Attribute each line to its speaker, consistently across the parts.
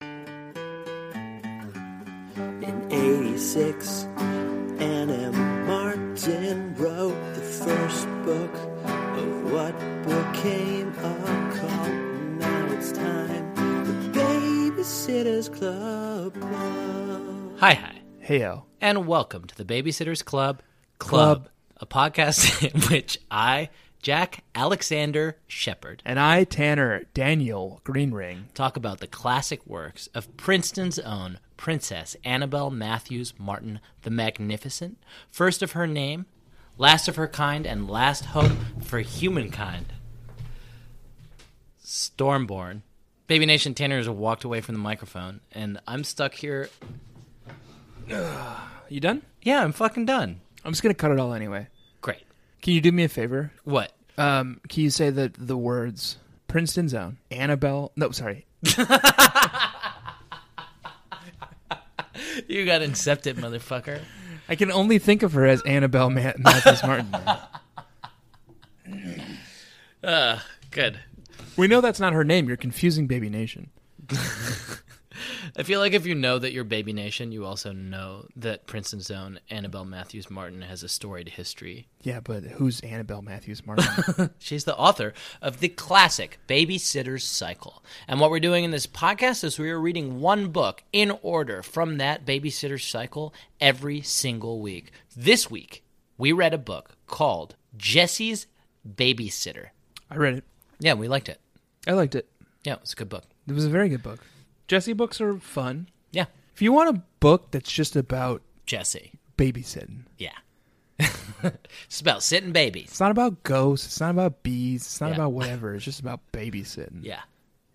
Speaker 1: In 86, Anna Martin wrote the first book of what became a cult. Now it's time the Babysitter's Club.
Speaker 2: Hi, hi,
Speaker 3: Heyo.
Speaker 2: and welcome to the Babysitters Club Club, a podcast in which I, Jack Alexander Shepard,
Speaker 3: And I, Tanner Daniel Greenring.
Speaker 2: talk about the classic works of Princeton's own Princess Annabel Matthews Martin the Magnificent, first of her name, last of her kind, and last hope for humankind. Stormborn. Baby Nation Tanner has walked away from the microphone, and I'm stuck here.
Speaker 3: You done?
Speaker 2: Yeah, I'm fucking done.
Speaker 3: I'm just gonna cut it all anyway.
Speaker 2: Great.
Speaker 3: Can you do me a favor?
Speaker 2: What?
Speaker 3: Um, can you say the the words Princeton's own Annabelle? No, sorry.
Speaker 2: You got incepted, motherfucker.
Speaker 3: I can only think of her as Annabelle Ma- Matthews Martin.
Speaker 2: Uh, Good.
Speaker 3: we know that's not her name. You're confusing Baby Nation.
Speaker 2: I feel like if you know that you're Baby Nation, you also know that Princeton's own Annabelle Matthews Martin has a storied history.
Speaker 3: Yeah, but who's Annabelle Matthews Martin?
Speaker 2: She's the author of the classic Babysitter's Cycle. And what we're doing in this podcast is we are reading one book in order from that Babysitter's Cycle every single week. This week, we read a book called Jesse's Babysitter.
Speaker 3: I read it.
Speaker 2: Yeah, we liked it.
Speaker 3: I liked it.
Speaker 2: Yeah, it's a good book.
Speaker 3: It was a very good book. Jesse books are fun.
Speaker 2: Yeah.
Speaker 3: If you want a book that's just about
Speaker 2: Jesse.
Speaker 3: babysitting,
Speaker 2: Yeah. it's about sitting babies.
Speaker 3: It's not about ghosts. It's not about bees. It's not
Speaker 2: Yeah.
Speaker 3: about whatever. It's just about babysitting.
Speaker 2: Yeah.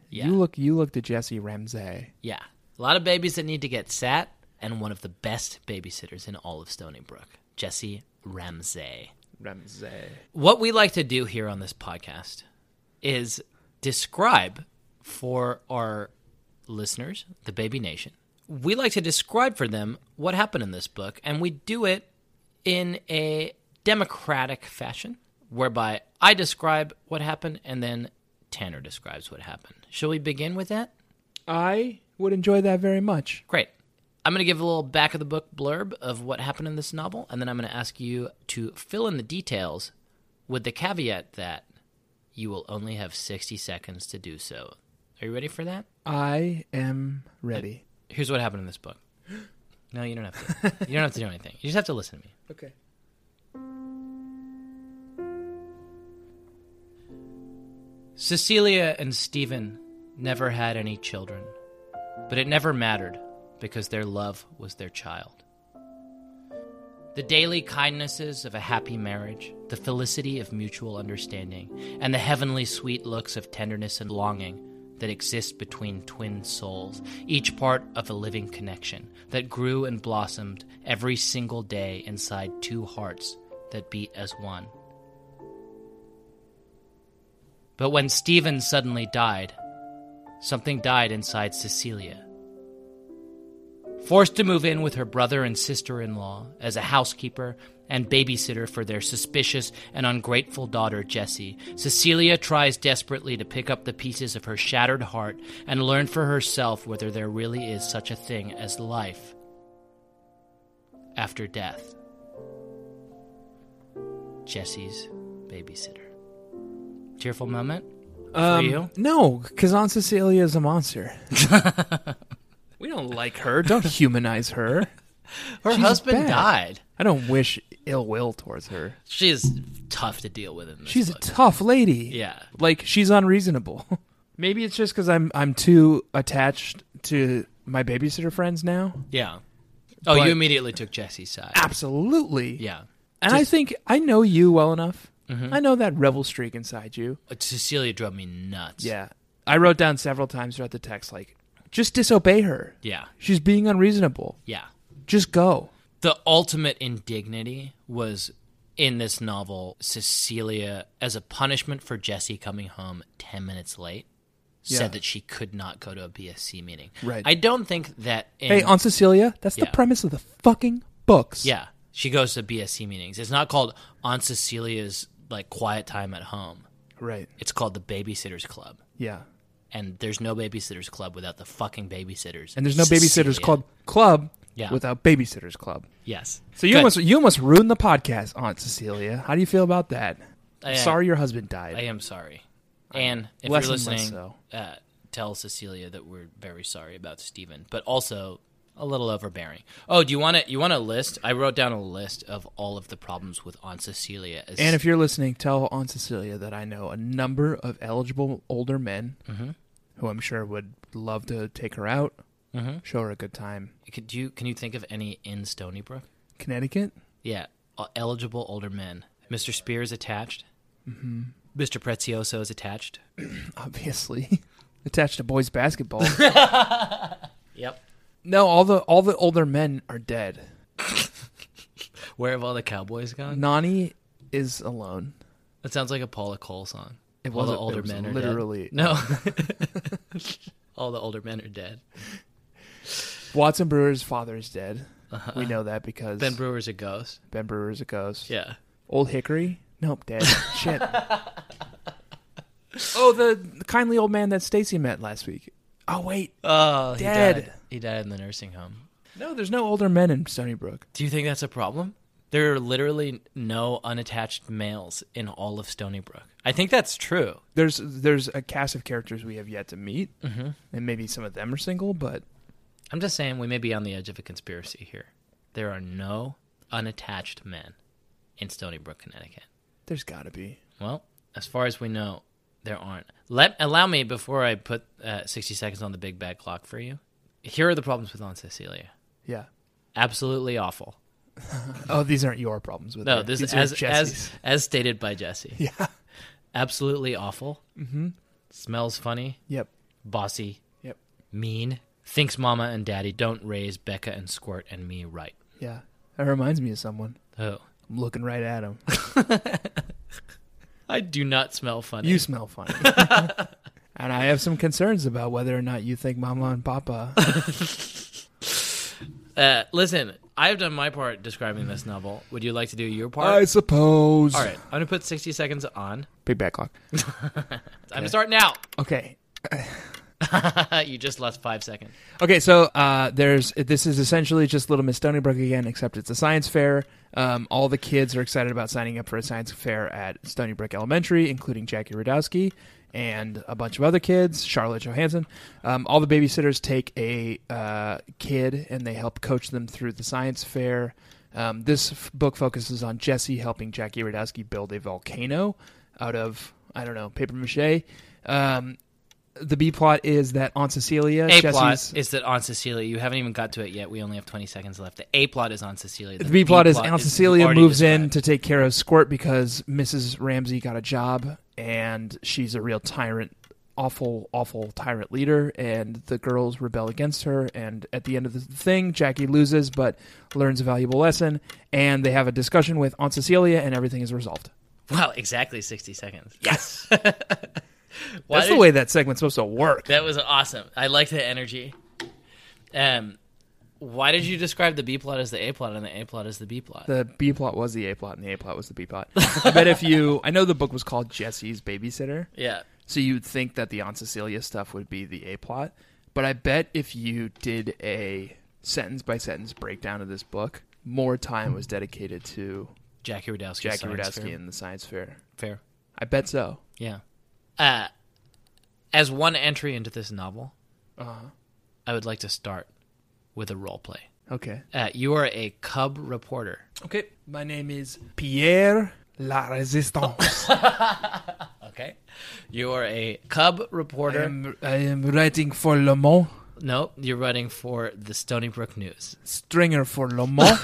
Speaker 2: Yeah.
Speaker 3: You look. You looked at Jesse Ramsey.
Speaker 2: yeah. A lot of babies that need to get sat, and one of the best babysitters in all of Stony Brook, Jesse Ramsey.
Speaker 3: Ramsey.
Speaker 2: What we like to do here on this podcast is describe for our listeners, the Baby Nation, we like to describe for them what happened in this book, and we do it in a democratic fashion, whereby I describe what happened and then Tanner describes what happened. Shall we begin with that?
Speaker 3: I would enjoy that very much.
Speaker 2: Great. I'm going to give a little back of the book blurb of what happened in this novel, and then I'm going to ask you to fill in the details with the caveat that you will only have 60 seconds to do so. Are you ready for that?
Speaker 3: I am ready.
Speaker 2: Here's what happened in this book. No, you don't have to. You don't have to do anything. You just have to listen to me.
Speaker 3: Okay.
Speaker 2: Cecilia and Stephen never had any children, but it never mattered because their love was their child. The daily kindnesses of a happy marriage, the felicity of mutual understanding, and the heavenly sweet looks of tenderness and longing that exist between twin souls, each part of a living connection that grew and blossomed every single day inside two hearts that beat as one. But when Stephen suddenly died, something died inside Cecilia. Forced to move in with her brother and sister in law as a housekeeper and babysitter for their suspicious and ungrateful daughter Jessie, Cecilia tries desperately to pick up the pieces of her shattered heart and learn for herself whether there really is such a thing as life after death. Jessie's babysitter. Tearful moment?
Speaker 3: Um,
Speaker 2: you?
Speaker 3: No, because Aunt Cecilia is a monster. we don't like her. Don't humanize her.
Speaker 2: Her
Speaker 3: She's
Speaker 2: husband
Speaker 3: bad.
Speaker 2: died.
Speaker 3: I don't wish ill will towards her.
Speaker 2: She's tough to deal with in this
Speaker 3: She's a
Speaker 2: book.
Speaker 3: tough lady.
Speaker 2: Yeah.
Speaker 3: Like she's unreasonable. Maybe it's just because I'm I'm too attached to my babysitter friends now.
Speaker 2: yeah. Oh,
Speaker 3: But- Ah.
Speaker 2: you immediately took Jesse's side.
Speaker 3: Absolutely.
Speaker 2: Yeah. Mm-hmm.
Speaker 3: And I think I know you well enough. I know that rebel streak inside you.
Speaker 2: Uh, Cecilia drove me nuts.
Speaker 3: Yeah. I wrote down several times throughout the text, like, Just disobey her.
Speaker 2: Yeah.
Speaker 3: She's being unreasonable.
Speaker 2: Yeah.
Speaker 3: Just go.
Speaker 2: The ultimate indignity was in this novel Cecilia, as a punishment for Jesse coming home 10 minutes late,
Speaker 3: Yeah.
Speaker 2: said that she could not go to a BSC meeting.
Speaker 3: Right.
Speaker 2: I don't think that. In,
Speaker 3: Hey, Aunt Cecilia, that's
Speaker 2: Yeah.
Speaker 3: the premise of the fucking books.
Speaker 2: Yeah. She goes to BSC meetings. It's not called Aunt Cecilia's like quiet time at home.
Speaker 3: Right.
Speaker 2: It's called the Babysitters Club.
Speaker 3: Yeah.
Speaker 2: And there's no Babysitters Club without the fucking babysitters.
Speaker 3: And there's no babysitters
Speaker 2: Cecilia.
Speaker 3: club club
Speaker 2: Yeah.
Speaker 3: without babysitters club.
Speaker 2: Yes.
Speaker 3: So you
Speaker 2: Good.
Speaker 3: almost you almost ruined the podcast, Aunt Cecilia. How do you feel about that?
Speaker 2: I-
Speaker 3: Sorry your husband died.
Speaker 2: I am sorry. And if
Speaker 3: Less
Speaker 2: you're
Speaker 3: and less
Speaker 2: listening,
Speaker 3: so.
Speaker 2: uh, tell Cecilia that we're very sorry about Steven, but also a little overbearing. Oh, do you want to you want a list? I wrote down a list of all of the problems with Aunt Cecilia. As,
Speaker 3: and if you're listening, tell Aunt Cecilia that I know a number of eligible older men
Speaker 2: Mm-hmm.
Speaker 3: who I'm sure would love to take her out, show her a good time.
Speaker 2: Mm-hmm. could you can you think of any in Stony Brook?
Speaker 3: Connecticut?
Speaker 2: Yeah, uh, eligible older men. Mr. Spear is attached. Mm-hmm. Mr. Prezioso is attached.
Speaker 3: obviously attached to boys basketball.
Speaker 2: Yep.
Speaker 3: no, all the all the older men are dead.
Speaker 2: Where have all the cowboys gone?
Speaker 3: Nani is alone.
Speaker 2: That sounds like a Paula Cole song.
Speaker 3: It
Speaker 2: all the
Speaker 3: wasn't- it
Speaker 2: older
Speaker 3: was
Speaker 2: men are
Speaker 3: literally-
Speaker 2: dead. no. all the older men are dead.
Speaker 3: Watson Brewer's father is dead. We know that because
Speaker 2: Uh-huh. Ben Brewer's a ghost.
Speaker 3: Ben Brewer's a ghost.
Speaker 2: Yeah.
Speaker 3: Old Hickory? Nope, dead. Shit. Oh, the kindly old man that Stacy met last week. Oh wait,
Speaker 2: Oh, He
Speaker 3: Dead.
Speaker 2: died. he died in the nursing home.
Speaker 3: no, there's no older men in Stony Brook.
Speaker 2: Do you think that's a problem? There are literally no unattached males in all of Stony Brook. I think that's true.
Speaker 3: There's there's a cast of characters we have yet to meet, mm-hmm. and maybe some of them are single, but
Speaker 2: I'm just saying we may be on the edge of a conspiracy here. There are no unattached men in Stony Brook, Connecticut.
Speaker 3: there's got to be.
Speaker 2: Well, as far as we know, there aren't. Let allow me before I put uh, 60 seconds on the big bad clock for you. Here are the problems with Aunt Cecilia.
Speaker 3: Yeah.
Speaker 2: Absolutely awful.
Speaker 3: Oh, these aren't your problems with
Speaker 2: No,
Speaker 3: her.
Speaker 2: this
Speaker 3: These
Speaker 2: is
Speaker 3: are
Speaker 2: as
Speaker 3: Jesse's.
Speaker 2: as as stated by Jesse. Yeah, absolutely awful. Mm-hmm. Smells funny,
Speaker 3: Yep.
Speaker 2: bossy,
Speaker 3: Yep.
Speaker 2: mean. Thinks Mama and Daddy don't raise Becca and Squirt and me right.
Speaker 3: Yeah. That reminds me of someone.
Speaker 2: Oh,
Speaker 3: I'm looking right at him.
Speaker 2: I do not smell funny.
Speaker 3: You smell funny. and I have some concerns about whether or not you think Mama and Papa.
Speaker 2: uh, listen, I've done my part describing this novel. Would you like to do your part?
Speaker 3: suppose.
Speaker 2: All right, I'm gonna put 60 seconds on.
Speaker 3: Big backlog.
Speaker 2: I'm starting out.
Speaker 3: Okay.
Speaker 2: you just lost five seconds.
Speaker 3: Okay, so uh, there's this is essentially just Little Miss Stony Brook again, except it's a science fair. Um, all the kids are excited about signing up for a science fair at Stony Brook Elementary, including Jackie Radowski and a bunch of other kids, Charlotte Johansson. Um, all the babysitters take a uh, kid and they help coach them through the science fair. Um, this f- book focuses on Jesse helping Jackie Radowski build a volcano out of I don't know paper mache. Um, the B plot is that Aunt Cecilia,
Speaker 2: A
Speaker 3: Jesse's,
Speaker 2: plot is that Aunt Cecilia. You haven't even got to it yet. We only have 20 seconds left. The A plot is Aunt Cecilia.
Speaker 3: The B plot is
Speaker 2: B-plot
Speaker 3: Aunt
Speaker 2: is
Speaker 3: Cecilia
Speaker 2: already
Speaker 3: moves in
Speaker 2: described.
Speaker 3: to take care of Squirt because Mrs. Ramsey got a job and she's a real tyrant, awful, awful tyrant leader. And the girls rebel against her. And at the end of the thing, Jackie loses but learns a valuable lesson. And they have a discussion with Aunt Cecilia, and everything is resolved.
Speaker 2: Wow, exactly 60 seconds. Yes.
Speaker 3: That's the way that segment's supposed to work.
Speaker 2: That was awesome. I like the energy. Um, why did you describe the B plot as the A plot and the A plot as the B plot?
Speaker 3: The B plot was the A plot, and the A plot was the B plot. I bet if you, I know the book was called Jesse's Babysitter.
Speaker 2: yeah.
Speaker 3: So you'd think that the Aunt Cecilia stuff would be the A plot, but I bet if you did a sentence by sentence breakdown of this book, more time was dedicated to
Speaker 2: Jackie Radowski.
Speaker 3: Jackie
Speaker 2: science
Speaker 3: Radowski
Speaker 2: fair.
Speaker 3: and the science fair.
Speaker 2: fair.
Speaker 3: I bet so.
Speaker 2: Yeah. Uh, as one entry into this novel, Uh-huh. I would like to start with a role play.
Speaker 3: Okay.
Speaker 2: Uh, you are a cub reporter.
Speaker 3: Okay. My name is Pierre La Resistance.
Speaker 2: Okay. You are a cub reporter.
Speaker 3: I am writing for Le Mans
Speaker 2: No, you're running for the Stony Brook News.
Speaker 3: Stringer for Lomont.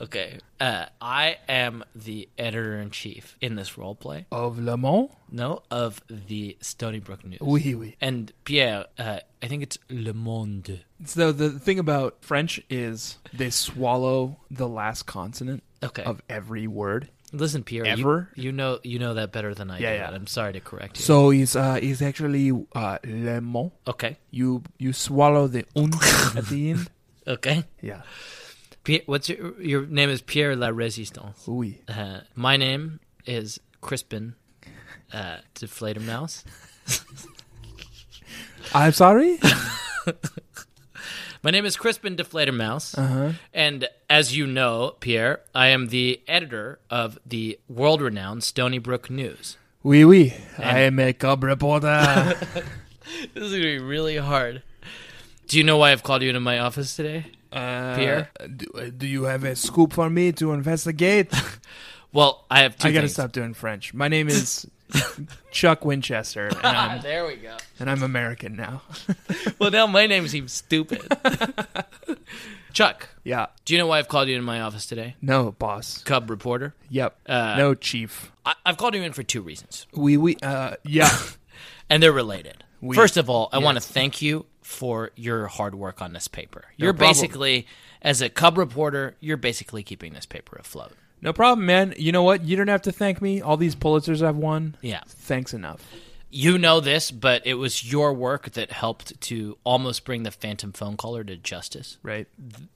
Speaker 2: Okay. Uh, I am the editor in chief in this role play.
Speaker 3: of Lomont?
Speaker 2: No, of the Stony Brook News.
Speaker 3: Oui, oui.
Speaker 2: And Pierre, uh, I think it's Le Monde.
Speaker 3: So the thing about French is they swallow the last consonant
Speaker 2: Okay.
Speaker 3: of every word.
Speaker 2: Listen, Pierre, you-
Speaker 3: Ever?
Speaker 2: You, know you know that better than I
Speaker 3: Yeah,
Speaker 2: do.
Speaker 3: yeah.
Speaker 2: and I'm sorry to correct you.
Speaker 3: So it's uh it's actually uh le mot.
Speaker 2: okay.
Speaker 3: You you swallow the un at the end.
Speaker 2: Okay.
Speaker 3: Yeah.
Speaker 2: Pierre, what's your your name is Pierre La Resistance.
Speaker 3: Oui.
Speaker 2: Uh, my name is Crispin uh Deflator Mouse.
Speaker 3: I'm sorry?
Speaker 2: My name is Crispin Deflator Mouse.
Speaker 3: Uh-huh.
Speaker 2: And as you know, Pierre, I am the editor of the world renowned Stony Brook News.
Speaker 3: Oui oui. I am a cub reporter.
Speaker 2: This is going to be really hard. Do you know why I've called you into my office today?
Speaker 3: Uh,
Speaker 2: Pierre?
Speaker 3: do, uh, do you have a scoop for me to investigate?
Speaker 2: Well, I have two
Speaker 3: I gotta
Speaker 2: things.
Speaker 3: stop doing French. My name is Chuck Winchester and
Speaker 2: Ah,
Speaker 3: I'm,
Speaker 2: there we go.
Speaker 3: and I'm American now.
Speaker 2: Well, now my name seems stupid. Chuck,
Speaker 3: Yeah.
Speaker 2: do you know why I've called you into my office today?
Speaker 3: No, boss.
Speaker 2: Cub reporter.
Speaker 3: Yep.
Speaker 2: Uh,
Speaker 3: no, chief.
Speaker 2: I- I've called you in for two reasons,
Speaker 3: We we uh yeah.
Speaker 2: and they're related.
Speaker 3: We-
Speaker 2: First of all, I want to thank you for your hard work on this paper. You're
Speaker 3: problem.
Speaker 2: basically, as a Cub reporter, you're basically keeping this paper afloat.
Speaker 3: no problem, man. You know what? You don't have to thank me. All these Pulitzers I've won.
Speaker 2: Yeah.
Speaker 3: Thanks enough.
Speaker 2: You know this, but it was your work that helped to almost bring the phantom phone caller to justice.
Speaker 3: Right.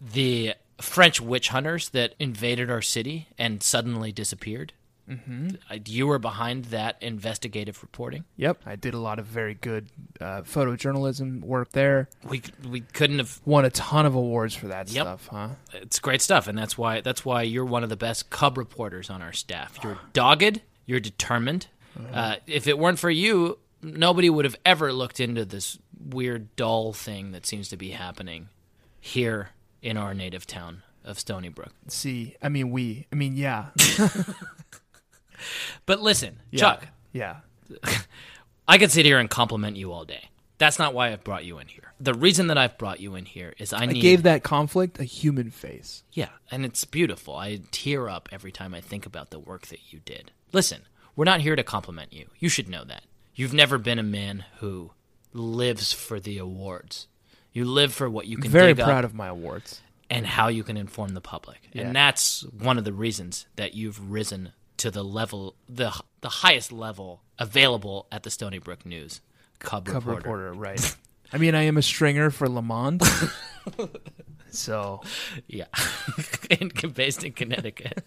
Speaker 2: the French witch hunters that invaded our city and suddenly disappeared. Mm-hmm. You were behind that investigative reporting.
Speaker 3: Yep. I did a lot of very good uh, photojournalism work there.
Speaker 2: We we couldn't have.
Speaker 3: Won a ton of awards for that
Speaker 2: Yep.
Speaker 3: stuff, huh?
Speaker 2: It's great stuff, and that's why that's why you're one of the best cub reporters on our staff. You're dogged. You're determined.
Speaker 3: Mm-hmm.
Speaker 2: Uh, if it weren't for you, nobody would have ever looked into this weird, dull thing that seems to be happening here in our native town of Stony Brook.
Speaker 3: See, I mean, we. I mean, yeah.
Speaker 2: But listen, Chuck,
Speaker 3: Yeah.
Speaker 2: I could sit here and compliment you all day. That's not why I've brought you in here. The reason that I've brought you in here is I
Speaker 3: I
Speaker 2: need
Speaker 3: gave that conflict a human face.
Speaker 2: yeah, and it's beautiful. I tear up every time I think about the work that you did. Listen, we're not here to compliment you. You should know that. You've never been a man who lives for the awards. You live for what you can
Speaker 3: Very
Speaker 2: dig
Speaker 3: proud
Speaker 2: up
Speaker 3: of my awards.
Speaker 2: and how you can inform the public.
Speaker 3: Yeah.
Speaker 2: And that's one of the reasons that you've risen to the level the the highest level available at the Stony Brook News. Cub,
Speaker 3: Cub
Speaker 2: reporter.
Speaker 3: reporter, right? I mean, I am a stringer for Le Monde. so
Speaker 2: Yeah. in, based in Connecticut.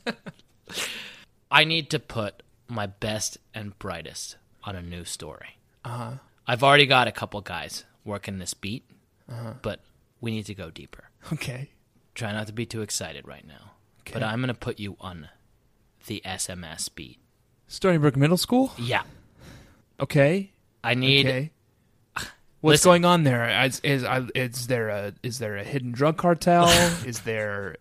Speaker 2: I need to put my best and brightest on a new story. Uh-huh. I've already got a couple guys working this beat,
Speaker 3: Uh-huh.
Speaker 2: but we need to go deeper.
Speaker 3: okay.
Speaker 2: Try not to be too excited right now. But I'm going to put you on the SMS beat.
Speaker 3: Stony Brook Middle School.
Speaker 2: Yeah.
Speaker 3: Okay.
Speaker 2: I need
Speaker 3: Okay. What's
Speaker 2: Listen.
Speaker 3: going on there? Is, is I- is there a is there a hidden drug cartel? is there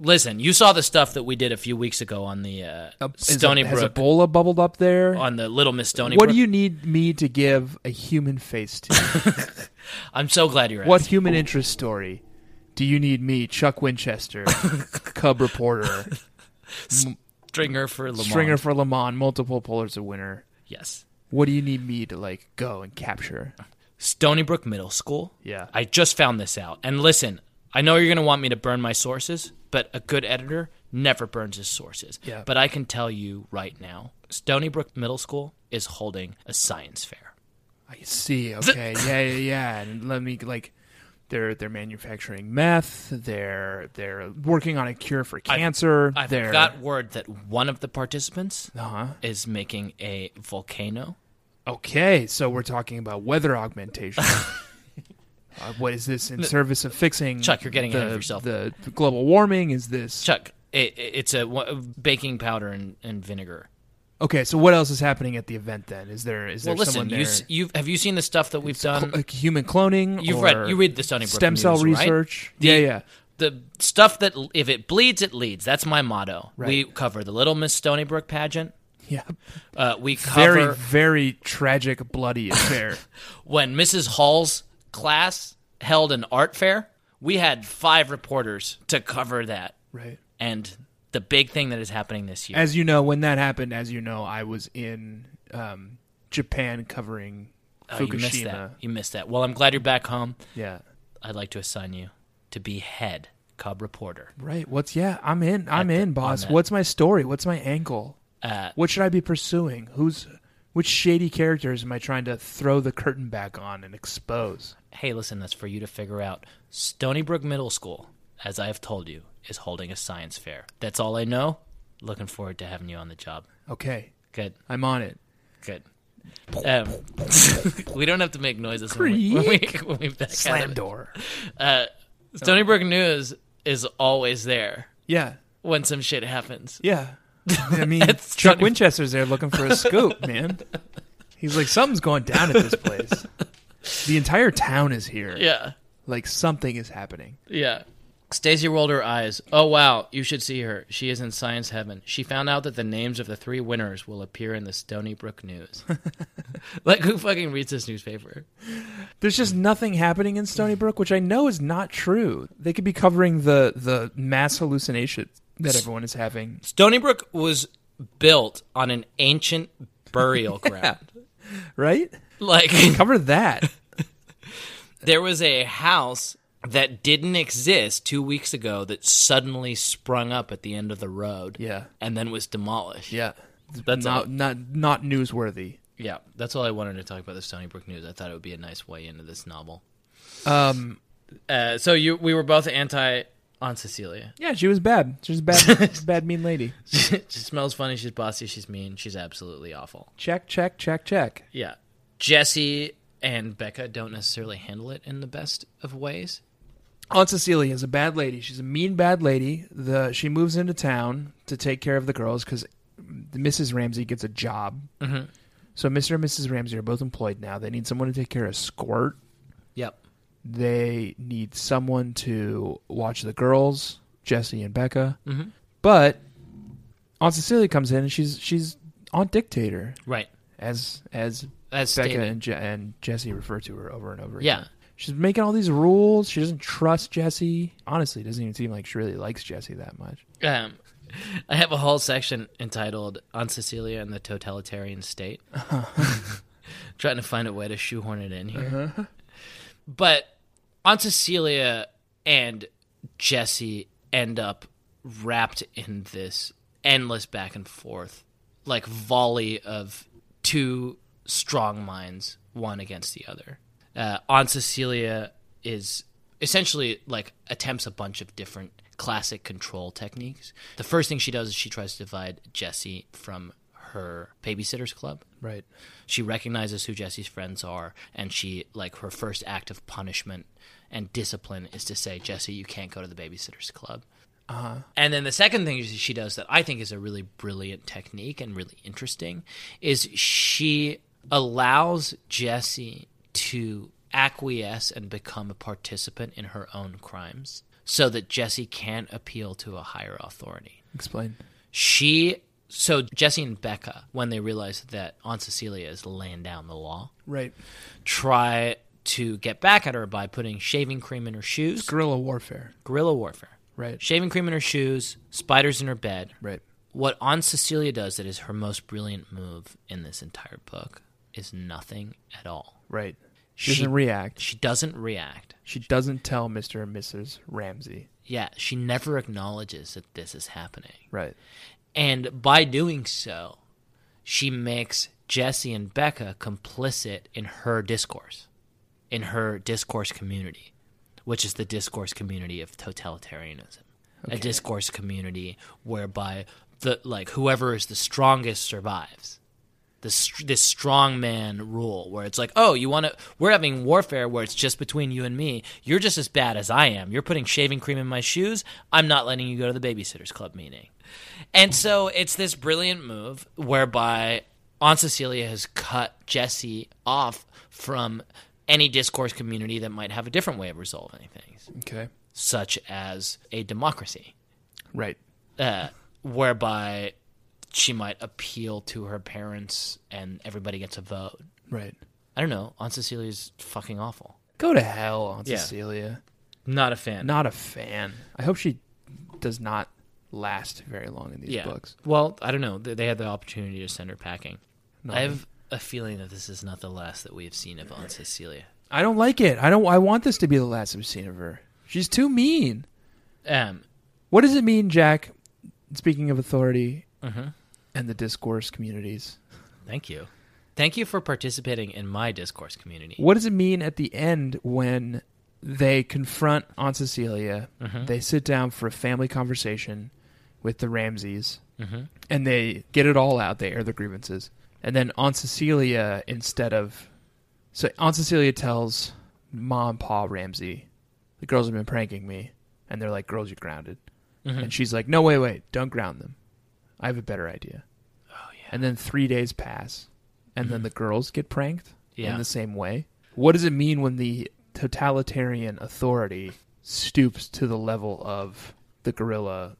Speaker 2: Listen, you saw the stuff that we did a few weeks ago on the uh,
Speaker 3: is
Speaker 2: Stony
Speaker 3: a, has
Speaker 2: Brook
Speaker 3: Ebola bubbled up there?
Speaker 2: on the Little Miss Stony
Speaker 3: what
Speaker 2: Brook.
Speaker 3: do you need me to give a human face to?
Speaker 2: I'm so glad you're
Speaker 3: what
Speaker 2: asking.
Speaker 3: human interest story do you need me, Chuck Winchester, Cub reporter,
Speaker 2: Stringer for Lamont.
Speaker 3: stringer for Le Mans, multiple Pulitzer winner?
Speaker 2: Yes.
Speaker 3: What do you need me to like go and capture?
Speaker 2: Stony Brook Middle School.
Speaker 3: Yeah.
Speaker 2: I just found this out. And listen, I know you're going to want me to burn my sources, but a good editor never burns his sources.
Speaker 3: Yeah.
Speaker 2: But I can tell you right now Stony Brook Middle School is holding a science fair.
Speaker 3: I see. Okay. yeah, yeah, yeah. And let me like they're they're manufacturing meth. They're they're working on a cure for cancer.
Speaker 2: I've
Speaker 3: they're
Speaker 2: got word that one of the participants
Speaker 3: uh-huh.
Speaker 2: is making a volcano.
Speaker 3: Okay, so we're talking about weather augmentation. Uh, what is this in service of fixing?
Speaker 2: Chuck, you're getting
Speaker 3: the,
Speaker 2: ahead of yourself.
Speaker 3: The global warming is this.
Speaker 2: Chuck, it, it's a wa- baking powder and, and vinegar.
Speaker 3: Okay, so what else is happening at the event then? Is there is
Speaker 2: Well,
Speaker 3: there
Speaker 2: listen,
Speaker 3: someone there?
Speaker 2: you, s- you've, have you seen the stuff that we've done?
Speaker 3: Cl- like human cloning.
Speaker 2: You've read-
Speaker 3: or
Speaker 2: you read the Stony Brook
Speaker 3: stem cell
Speaker 2: News, right?
Speaker 3: research.
Speaker 2: The-
Speaker 3: Yeah, yeah.
Speaker 2: The stuff that if it bleeds, it leads. That's my motto. We
Speaker 3: Right.
Speaker 2: cover the Little Miss Stony Brook pageant.
Speaker 3: Yeah.
Speaker 2: Uh, we cover
Speaker 3: Very, very tragic, bloody affair.
Speaker 2: when Mrs. Hall's class held an art fair. We had five reporters to cover that,
Speaker 3: right.
Speaker 2: and the big thing that is happening this year.
Speaker 3: As you know, when that happened, as you know, I was in um, Japan covering
Speaker 2: Oh,
Speaker 3: Fukushima.
Speaker 2: You missed that. You missed that. Well, I'm glad you're back home.
Speaker 3: Yeah.
Speaker 2: I'd like to assign you to be head cub reporter.
Speaker 3: Right. What's yeah? I'm in. I'm
Speaker 2: At the-
Speaker 3: in, boss.
Speaker 2: on that.
Speaker 3: What's my story? What's my angle?
Speaker 2: Uh,
Speaker 3: What should I be pursuing? Who's which shady characters am I trying to throw the curtain back on and expose?
Speaker 2: hey, listen, that's for you to figure out. Stony Brook Middle School, as I have told you, is holding a science fair. That's all I know. Looking forward to having you on the job.
Speaker 3: Okay,
Speaker 2: Good,
Speaker 3: I'm on it.
Speaker 2: good. Um, we don't have to make noises when we, when we, when we back out of it.
Speaker 3: door.
Speaker 2: Stony Brook News is always there
Speaker 3: Yeah,
Speaker 2: when some shit happens.
Speaker 3: yeah. I mean,
Speaker 2: That's
Speaker 3: Chuck
Speaker 2: funny.
Speaker 3: Winchester's there looking for a scoop, man. He's like, something's going down at this place. The entire town is here.
Speaker 2: Yeah,
Speaker 3: Like something is happening.
Speaker 2: yeah. Stacey rolled her eyes. Oh, wow. You should see her. She is in science heaven. She found out that the names of the three winners will appear in the Stony Brook News. like, who fucking reads this newspaper?
Speaker 3: There's just nothing happening in Stony Brook, which I know is not true. They could be covering the the mass hallucination that everyone is having.
Speaker 2: Stony Brook was built on an ancient burial ground.
Speaker 3: Right?
Speaker 2: Like
Speaker 3: Cover that.
Speaker 2: there was a house that didn't exist 2 weeks ago that suddenly sprung up at the end of the road.
Speaker 3: Yeah.
Speaker 2: And then was demolished.
Speaker 3: Yeah.
Speaker 2: That's
Speaker 3: not
Speaker 2: all.
Speaker 3: not not newsworthy.
Speaker 2: Yeah, that's all I wanted to talk about the Stony Brook news. I thought it would be a nice way into this novel.
Speaker 3: Um
Speaker 2: Uh, so you we were both anti Aunt Cecilia.
Speaker 3: yeah, she was bad. She was a bad bad mean lady.
Speaker 2: she smells funny, she's bossy, she's mean, she's absolutely awful.
Speaker 3: Check, check, check, check.
Speaker 2: Yeah. Jesse and Becca don't necessarily handle it in the best of ways.
Speaker 3: Aunt Cecilia is a bad lady. She's a mean bad lady. The she moves into town to take care of the girls because Mrs. Ramsey gets a job. Mm-hmm. So Mr. and Mrs. Ramsey are both employed now. They need someone to take care of Squirt.
Speaker 2: Yep.
Speaker 3: they need someone to watch the girls, Jesse and Becca. But Aunt Cecilia comes in and she's she's Aunt Dictator,
Speaker 2: Right.
Speaker 3: as as
Speaker 2: That's
Speaker 3: Becca
Speaker 2: stated.
Speaker 3: and, Je- and Jesse refer to her over and over.
Speaker 2: Yeah.
Speaker 3: again. she's making all these rules. She doesn't trust Jesse. Honestly, it doesn't even seem like she really likes Jesse that much.
Speaker 2: Um, I have a whole section entitled "On Cecilia and the Totalitarian State," trying to find a way to shoehorn it in here. But Aunt Cecilia and Jesse end up wrapped in this endless back and forth, like volley of two strong minds, one against the other. Uh, Aunt Cecilia is essentially like attempts a bunch of different classic control techniques. The first thing she does is she tries to divide Jesse from her babysitters club
Speaker 3: Right.
Speaker 2: she recognizes who Jesse's friends are, and she like her first act of punishment and discipline is to say, Jesse, you can't go to the babysitters club. And then the second thing she does that I think is a really brilliant technique and really interesting is she allows Jesse to acquiesce and become a participant in her own crimes so that Jesse can appeal to a higher authority
Speaker 3: Explain.
Speaker 2: she so Jesse and Becca, when they realize that Aunt Cecilia is laying down the law,
Speaker 3: Right.
Speaker 2: try to get back at her by putting shaving cream in her shoes.
Speaker 3: Guerrilla warfare.
Speaker 2: Guerrilla warfare.
Speaker 3: Right.
Speaker 2: Shaving cream in her shoes, spiders in her bed.
Speaker 3: Right.
Speaker 2: What Aunt Cecilia does that is her most brilliant move in this entire book is nothing at all.
Speaker 3: Right. She, doesn't react.
Speaker 2: She doesn't react.
Speaker 3: She doesn't tell Mr. and Mrs. Ramsey.
Speaker 2: Yeah, she never acknowledges that this is happening.
Speaker 3: Right.
Speaker 2: And by doing so, she makes Jesse and Becca complicit in her discourse, in her discourse community, which is the discourse community of totalitarianism. A discourse community whereby the like whoever is the strongest survives. This str- this strong man rule where it's like, "Oh, you want to we're having warfare where it's just between you and me. You're just as bad as I am. You're putting shaving cream in my shoes. I'm not letting you go to the babysitters club meeting." And so it's this brilliant move whereby Aunt Cecilia has cut Jesse off from any discourse community that might have a different way of resolving things,
Speaker 3: Okay.
Speaker 2: such as a democracy,
Speaker 3: Right.
Speaker 2: uh, whereby she might appeal to her parents and everybody gets a vote.
Speaker 3: Right.
Speaker 2: I don't know. Aunt Cecilia's fucking awful.
Speaker 3: Go to hell, Aunt
Speaker 2: Yeah.
Speaker 3: Cecilia.
Speaker 2: Not a fan.
Speaker 3: Not a fan. I hope she does not last very long in these
Speaker 2: yeah.
Speaker 3: books.
Speaker 2: Well, I don't know. They they had the opportunity to send her packing.
Speaker 3: No.
Speaker 2: I have a feeling that this is not the last that we have seen of Aunt Cecilia.
Speaker 3: I don't like it. I don't. I want this to be the last we've seen of her. She's too mean.
Speaker 2: Um,
Speaker 3: What does it mean, Jack? Speaking of authority
Speaker 2: Mm-hmm.
Speaker 3: and the discourse communities,
Speaker 2: thank you. Thank you for participating in my discourse community.
Speaker 3: what does it mean at the end when they confront Aunt Cecilia?
Speaker 2: Mm-hmm.
Speaker 3: They sit down for a family conversation with the Ramses,
Speaker 2: Mm-hmm.
Speaker 3: and they get it all out. They air their grievances, and then Aunt Cecilia, instead of so Aunt Cecilia tells Ma and Pa Ramsey, the girls have been pranking me, and they're like, "Girls, you're grounded," and she's like, "No, wait, wait, don't ground them. I have a better idea." Oh yeah. Mm-hmm. And then three days pass, and then the girls get pranked
Speaker 2: Yeah.
Speaker 3: in the same way. What does it mean when the totalitarian authority stoops to the level of the guerrilla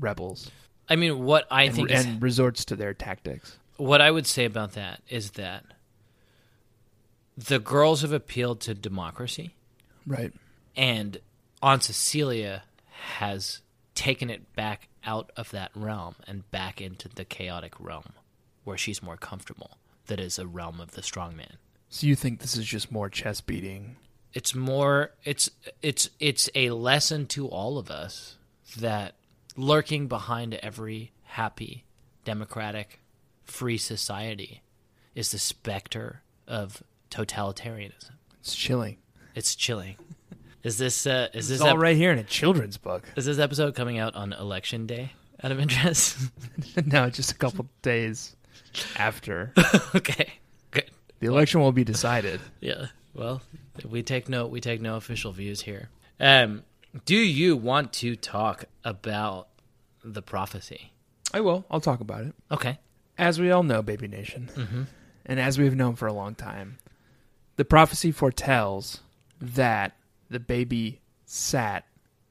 Speaker 3: rebels
Speaker 2: I mean, what I
Speaker 3: and,
Speaker 2: think is
Speaker 3: and resorts to their tactics?
Speaker 2: what I would say about that is that the girls have appealed to democracy,
Speaker 3: Right.
Speaker 2: and Aunt Cecilia has taken it back out of that realm and back into the chaotic realm where she's more comfortable. That is a realm of the strongman.
Speaker 3: So you think this is just more chest beating?
Speaker 2: It's more. It's it's it's a lesson to all of us that lurking behind every happy, democratic, free society is the specter of totalitarianism.
Speaker 3: It's chilling.
Speaker 2: It's chilling. Is this uh, is this
Speaker 3: It's all
Speaker 2: ep-
Speaker 3: right here in a children's book.
Speaker 2: Is this episode coming out on election day? Out of interest.
Speaker 3: no, just a couple days after
Speaker 2: okay. Good.
Speaker 3: the election will be decided.
Speaker 2: Yeah. Well, we take no we take no official views here. Um, do you want to talk about the prophecy?
Speaker 3: I will. I'll talk about it.
Speaker 2: Okay.
Speaker 3: As we all know, Baby Nation, and as we've known for a long time, the prophecy foretells that the baby sat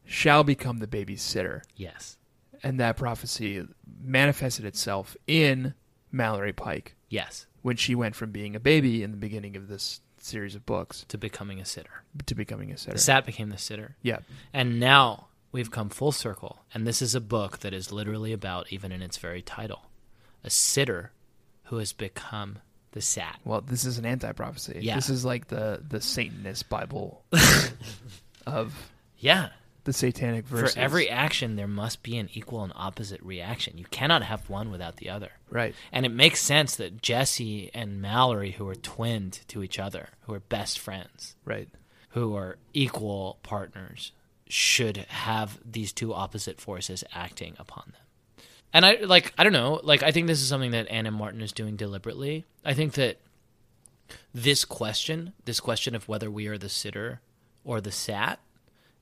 Speaker 3: shall become the babysitter.
Speaker 2: Yes.
Speaker 3: And that prophecy manifested itself in Mallory Pike
Speaker 2: Yes.
Speaker 3: when she went from being a baby in the beginning of this series of books
Speaker 2: To becoming a sitter.
Speaker 3: to becoming a sitter.
Speaker 2: The sat became the sitter.
Speaker 3: yeah.
Speaker 2: And now we've come full circle, and this is a book that is literally about, even in its very title, a sitter who has become the sat.
Speaker 3: Well, this is an anti prophecy.
Speaker 2: Yeah.
Speaker 3: This is like the, the Satanist Bible of
Speaker 2: Yeah.
Speaker 3: the satanic verses.
Speaker 2: For every action, there must be an equal and opposite reaction. You cannot have one without the other.
Speaker 3: Right.
Speaker 2: And it makes sense that Jesse and Mallory, who are twinned to each other, who are best friends,
Speaker 3: Right.
Speaker 2: who are equal partners, should have these two opposite forces acting upon them. And I like I don't know, like I think this is something that Anna Martin is doing deliberately. I think that this question, this question of whether we are the sitter or the sat,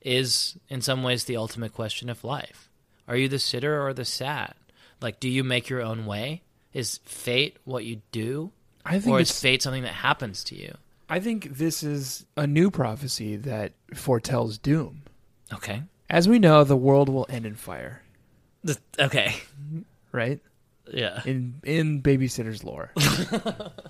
Speaker 2: is in some ways the ultimate question of life. Are you the sitter or the sat? Like, do you make your own way? Is fate what you do?
Speaker 3: I think
Speaker 2: or is
Speaker 3: it's,
Speaker 2: fate something that happens to you?
Speaker 3: I think this is a new prophecy that foretells doom.
Speaker 2: Okay.
Speaker 3: As we know, the world will end in fire,
Speaker 2: The- okay.
Speaker 3: right?
Speaker 2: Yeah.
Speaker 3: In in babysitter's lore.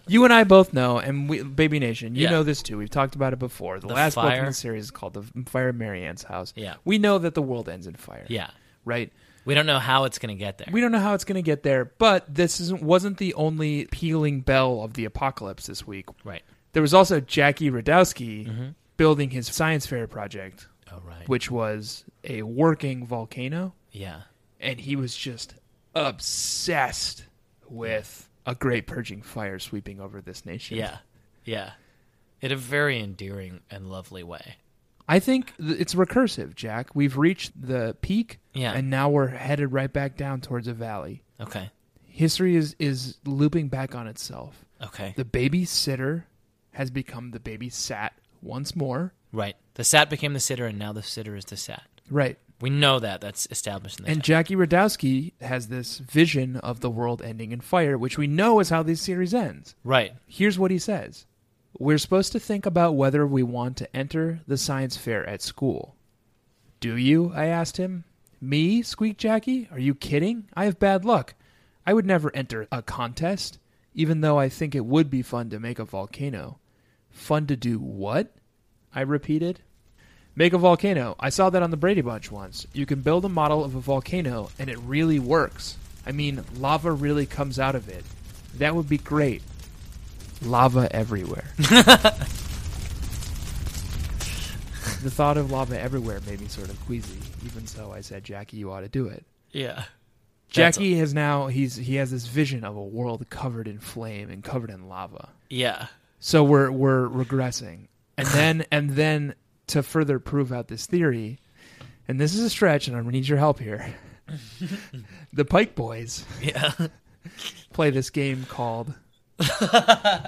Speaker 3: you and I both know, and we, Baby Nation, you
Speaker 2: Yeah.
Speaker 3: know this too. We've talked about it before. The,
Speaker 2: The
Speaker 3: last book in
Speaker 2: fire.
Speaker 3: the series is called The Fire at Marianne's House.
Speaker 2: Yeah.
Speaker 3: We know that the world ends in fire.
Speaker 2: Yeah.
Speaker 3: Right?
Speaker 2: We don't know how it's going to get there.
Speaker 3: We don't know how it's going to get there, but this isn't, wasn't the only pealing bell of the apocalypse this week.
Speaker 2: right.
Speaker 3: There was also Jackie Radowski building his science fair project,
Speaker 2: Oh, right.
Speaker 3: which was a working volcano,
Speaker 2: yeah.
Speaker 3: and he was just obsessed with a great purging fire sweeping over this nation.
Speaker 2: Yeah. Yeah. In a very endearing and lovely way.
Speaker 3: I think th- it's recursive, Jack. We've reached the peak,
Speaker 2: Yeah.
Speaker 3: and now we're headed right back down towards a valley.
Speaker 2: Okay.
Speaker 3: History is, is looping back on itself.
Speaker 2: Okay.
Speaker 3: The babysitter has become the babysat once more.
Speaker 2: right. The sat became the sitter, and now the sitter is the sat.
Speaker 3: Right.
Speaker 2: We know that. That's established in the
Speaker 3: And
Speaker 2: text.
Speaker 3: Jackie Radowski has this vision of the world ending in fire, which we know is how this series ends.
Speaker 2: Right.
Speaker 3: Here's what he says We're supposed to think about whether we want to enter the science fair at school. Do you? I asked him. Me? squeaked Jackie. Are you kidding? I have bad luck.
Speaker 4: I would never enter a contest, even though I think it would be fun to make a volcano. Fun to do what? I repeated. Make a volcano. I saw that on the Brady Bunch once. You can build a model of a volcano, and it really works. I mean, lava really comes out of it. That would be great. Lava everywhere. the thought of lava everywhere made me sort of queasy. Even so, I said, Jackie, you ought to do it.
Speaker 2: Yeah. That's-
Speaker 4: Jackie has now he's he has this vision of a world covered in flame and covered in lava.
Speaker 2: Yeah.
Speaker 4: So we're we're regressing. And then and then to further prove out this theory, and this is a stretch and I'm gonna need your help here. the Pike Boys
Speaker 2: Yeah.
Speaker 4: play this game called
Speaker 2: The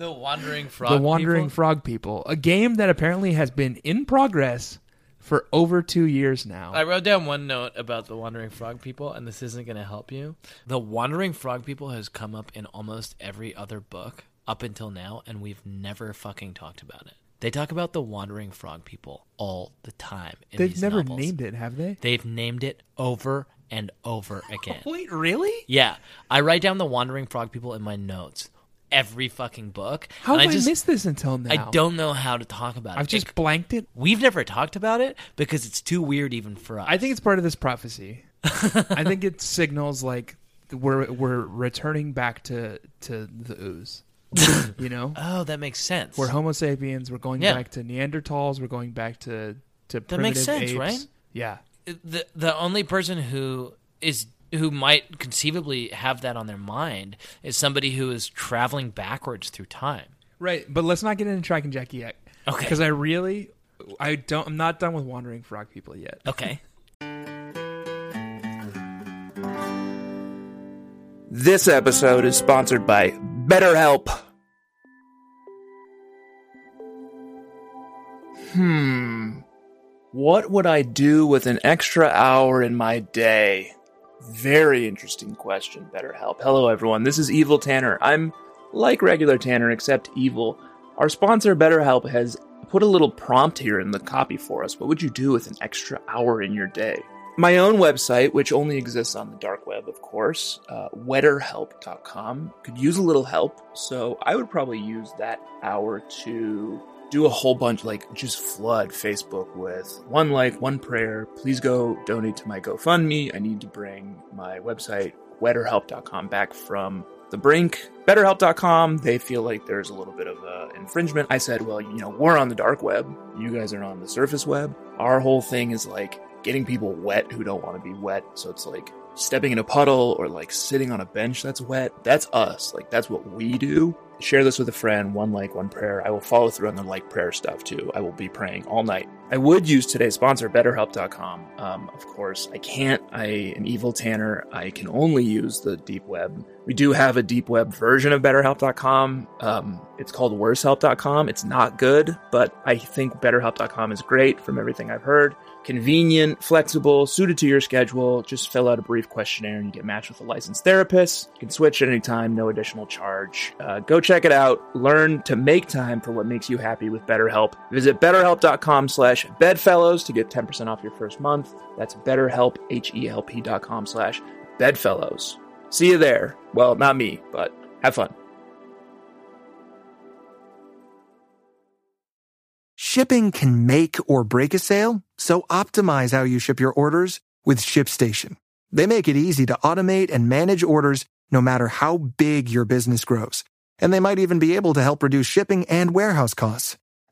Speaker 2: wandering frog.
Speaker 4: The Wandering
Speaker 2: people?
Speaker 4: Frog People, a game that apparently has been in progress for over two years now.
Speaker 2: I wrote down one note about the wandering frog people, and this isn't going to help you. The wandering frog people has come up in almost every other book up until now, and we've never fucking talked about it. They talk about the wandering frog people all the time. In
Speaker 4: They've
Speaker 2: these
Speaker 4: never
Speaker 2: novels.
Speaker 4: named it, have they?
Speaker 2: They've named it over and over again.
Speaker 4: Wait, really?
Speaker 2: yeah, I write down the wandering frog people in my notes every fucking book.
Speaker 4: How
Speaker 2: and
Speaker 4: have I,
Speaker 2: I just
Speaker 4: missed this until now?
Speaker 2: I don't know how to talk about it.
Speaker 4: I've just
Speaker 2: It-
Speaker 4: blanked it.
Speaker 2: we've never talked about it because it's too weird even for us.
Speaker 4: I think it's part of this prophecy. I think it signals like we're we're returning back to to the ooze. you know,
Speaker 2: oh, that makes sense.
Speaker 4: we're Homo sapiens. We're going
Speaker 2: Yeah.
Speaker 4: back to Neanderthals. We're going back to to
Speaker 2: That
Speaker 4: primitive
Speaker 2: makes sense,
Speaker 4: apes.
Speaker 2: right?
Speaker 4: Yeah,
Speaker 2: the the only person who is who might conceivably have that on their mind is somebody who is traveling backwards through time.
Speaker 4: right. But let's not get into Track and Jackie yet.
Speaker 2: Okay.
Speaker 4: because I really, I don't. I'm not done with wandering frog people yet.
Speaker 2: Okay.
Speaker 3: This episode is sponsored by BetterHelp. Hmm. What would I do with an extra hour in my day? Very interesting question, BetterHelp. Hello, everyone. This is Evil Tanner. I'm like regular Tanner, except evil. Our sponsor, BetterHelp, has put a little prompt here in the copy for us. What would you do with an extra hour in your day? my own website, which only exists on the dark web, of course, uh, wetterhelp.com, could use a little help. So I would probably use that hour to do a whole bunch, like just flood Facebook with one like, one prayer. Please go donate to my GoFundMe. I need to bring my website, wetterhelp.com, back from the brink. BetterHelp.com, they feel like there's a little bit of uh, infringement. I said, well, you know, we're on the dark web. You guys are on the surface web. Our whole thing is like getting people wet who don't want to be wet. So it's like stepping in a puddle or like sitting on a bench that's wet. That's us. Like, that's what we do. Share this with a friend, one like, one prayer. I will follow through on the like prayer stuff too. I will be praying all night. I would use today's sponsor, BetterHelp.com. Um, of course, I can't. I am evil Tanner. I can only use the deep web. We do have a deep web version of BetterHelp.com. Um, it's called WorseHelp.com. It's not good, but I think BetterHelp.com is great from everything I've heard. Convenient, flexible, suited to your schedule. Just fill out a brief questionnaire and you get matched with a licensed therapist. You can switch at any time, no additional charge. Uh, go check it out. Learn to make time for what makes you happy with BetterHelp. Visit betterhelp.com slash bedfellows to get 10% off your first month. That's betterhelp, H-E-L-P dot com slash bedfellows. See you there. Well, not me, but have fun.
Speaker 5: Shipping can make or break a sale, so optimize how you ship your orders with ShipStation. They make it easy to automate and manage orders no matter how big your business grows. And they might even be able to help reduce shipping and warehouse costs.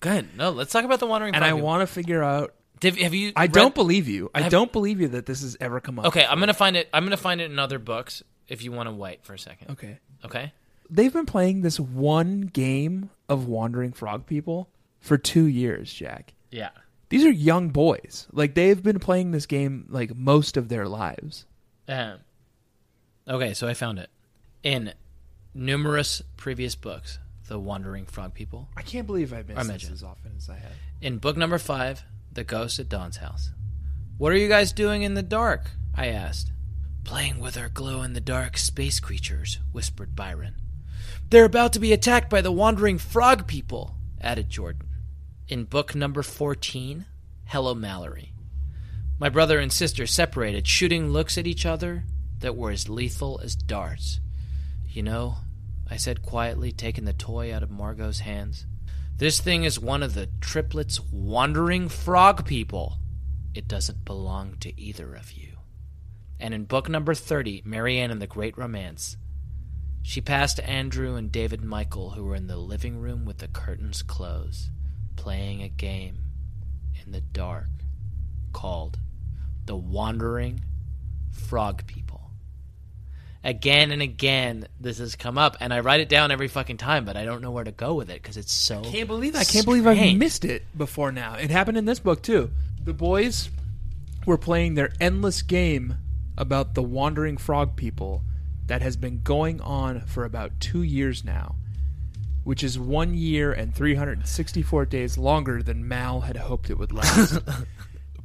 Speaker 2: Good. No, let's talk about the wandering
Speaker 4: and
Speaker 2: frog
Speaker 4: I
Speaker 2: people.
Speaker 4: want to figure out
Speaker 2: Div- have you?
Speaker 6: I
Speaker 2: read-
Speaker 6: don't believe you. I
Speaker 2: I've-
Speaker 6: don't believe you that this has ever come up.
Speaker 2: Okay, I'm gonna find it. I'm gonna find it in other books. If you want to wait for a second,
Speaker 6: Okay.
Speaker 2: okay.
Speaker 6: They've been playing this one game of Wandering Frog People for two years, Jack.
Speaker 2: Yeah.
Speaker 6: These are young boys. Like they've been playing this game like most of their lives.
Speaker 2: Um, okay, so I found it in numerous previous books. The Wandering Frog People.
Speaker 6: I can't believe I missed
Speaker 2: I imagine.
Speaker 6: as often as I have.
Speaker 2: In book number five, The Ghost at Dawn's House. What are you guys doing in the dark? I asked. Playing with our glow in the dark space creatures, whispered Byron. They're about to be attacked by the wandering frog people, added Jordan. In book number 14, Hello Mallory. My brother and sister separated, shooting looks at each other that were as lethal as darts. You know, I said quietly, taking the toy out of Margot's hands. This thing is one of the triplets wandering frog people. It doesn't belong to either of you. And in book number 30, Marianne and the Great Romance, she passed Andrew and David Michael, who were in the living room with the curtains closed, playing a game in the dark called The Wandering Frog People. Again and again, this has come up, and I write it down every fucking time, but I don't know where to go with it because it's so.
Speaker 6: Can't believe I can't believe I
Speaker 2: strange.
Speaker 6: missed it before now. It happened in this book too. The boys were playing their endless game about the wandering frog people that has been going on for about 2 years now, which is 1 year and 364 days longer than Mal had hoped it would last.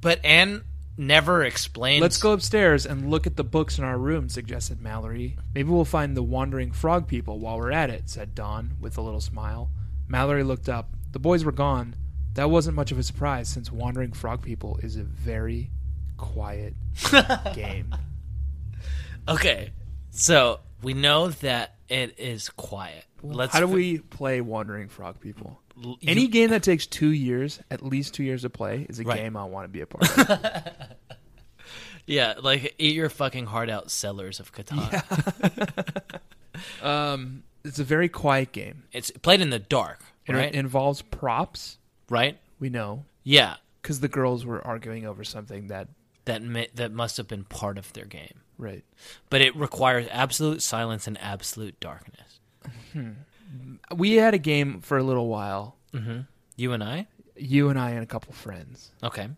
Speaker 2: But Anne never explains.
Speaker 6: Let's go upstairs and look at the books in our room, suggested Mallory. Maybe we'll find the wandering frog people while we're at it, said Don, with a little smile. Mallory looked up. The boys were gone. That wasn't much of a surprise, since wandering frog people is a very quiet game.
Speaker 2: Okay, so we know that it is quiet. Let's
Speaker 6: How do we play wandering frog people?
Speaker 2: L- you-
Speaker 6: Any game that takes two years, at least two years to play, is a
Speaker 2: Right.
Speaker 6: game I want to be a part of.
Speaker 2: yeah, like eat your fucking heart out, sellers of Catan.
Speaker 6: um, it's a very quiet game.
Speaker 2: It's played in the dark,
Speaker 6: It
Speaker 2: right?
Speaker 6: involves props.
Speaker 2: right?
Speaker 6: We know
Speaker 2: Yeah,
Speaker 6: because the girls were arguing over something that
Speaker 2: that mi- that must have been part of their game.
Speaker 6: right
Speaker 2: But it requires absolute silence and absolute darkness.
Speaker 6: we had a game for a little while
Speaker 2: You and I,
Speaker 6: you and i and a couple friends
Speaker 2: okay,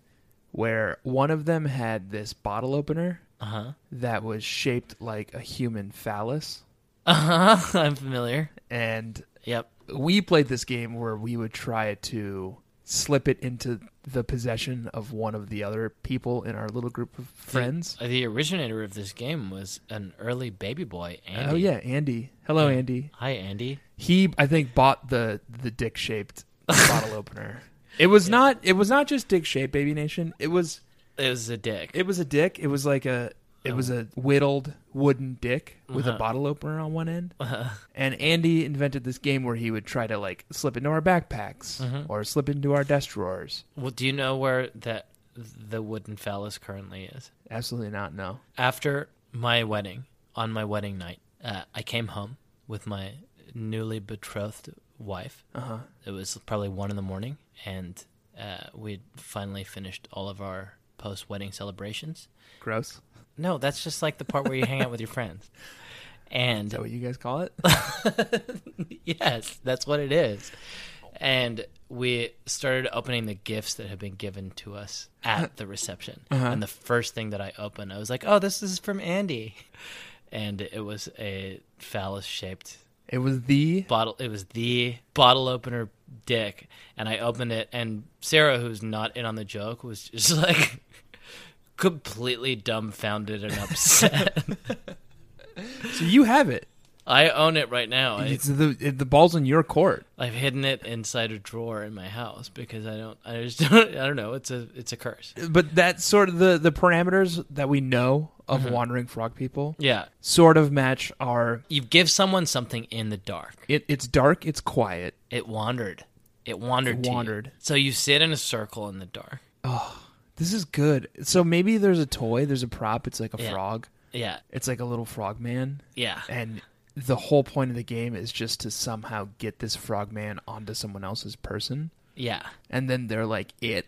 Speaker 6: where one of them had this bottle opener
Speaker 2: uh huh,
Speaker 6: that was shaped like a human phallus
Speaker 2: uh huh. I'm familiar.
Speaker 6: and
Speaker 2: Yep.
Speaker 6: we played this game where we would try to slip it into the possession of one of the other people in our little group of friends
Speaker 2: The, the originator of this game was an early baby boy, Andy.
Speaker 6: oh yeah andy hello andy
Speaker 2: Hi, Andy.
Speaker 6: he I think bought the the dick shaped bottle opener. It was not it was not just dick shaped, baby nation. It was
Speaker 2: It was a dick.
Speaker 6: it was a dick. It was like a it was a whittled wooden dick with a bottle opener on one end. And Andy invented this game where he would try to like slip into our backpacks or slip into our desk drawers.
Speaker 2: Well, do you know where that the wooden phallus currently is?
Speaker 6: Absolutely not. No.
Speaker 2: After my wedding, on my wedding night, uh, I came home with my newly betrothed wife. Uh-huh. It was probably one in the morning, and uh, we'd finally finished all of our post-wedding celebrations.
Speaker 6: Gross. Is
Speaker 2: No, that's just like the part where you hang out with your friends. And
Speaker 6: that what you guys call it?
Speaker 2: yes, that's what it is. And we started opening the gifts that had been given to us at the reception. And the first thing that I opened, I was like, "Oh, this is from Andy," and it was a phallus-shaped
Speaker 6: It was the
Speaker 2: bottle. It was the bottle opener dick, and I opened it, and Sarah, who's not in on the joke, was just like completely dumbfounded and upset.
Speaker 6: So you have it.
Speaker 2: I own it right now. I-
Speaker 6: It's the it, the ball's in your court.
Speaker 2: I've hidden it inside a drawer in my house because I don't. I just don't. I don't know. It's a. It's a curse.
Speaker 6: But that's sort of the the parameters that we know of wandering frog people.
Speaker 2: Yeah.
Speaker 6: sort of match are
Speaker 2: You give someone something in the dark.
Speaker 6: it, it's dark, it's quiet.
Speaker 2: It wandered. It wandered.
Speaker 6: It
Speaker 2: to you.
Speaker 6: wandered.
Speaker 2: So you sit in a circle in the dark.
Speaker 6: This is good. So maybe there's a toy, there's a prop, it's like a
Speaker 2: Yeah.
Speaker 6: frog.
Speaker 2: Yeah.
Speaker 6: It's like a little frog man.
Speaker 2: Yeah.
Speaker 6: And the whole point of the game is just to somehow get this frog man onto someone else's person.
Speaker 2: Yeah.
Speaker 6: And then they're like it.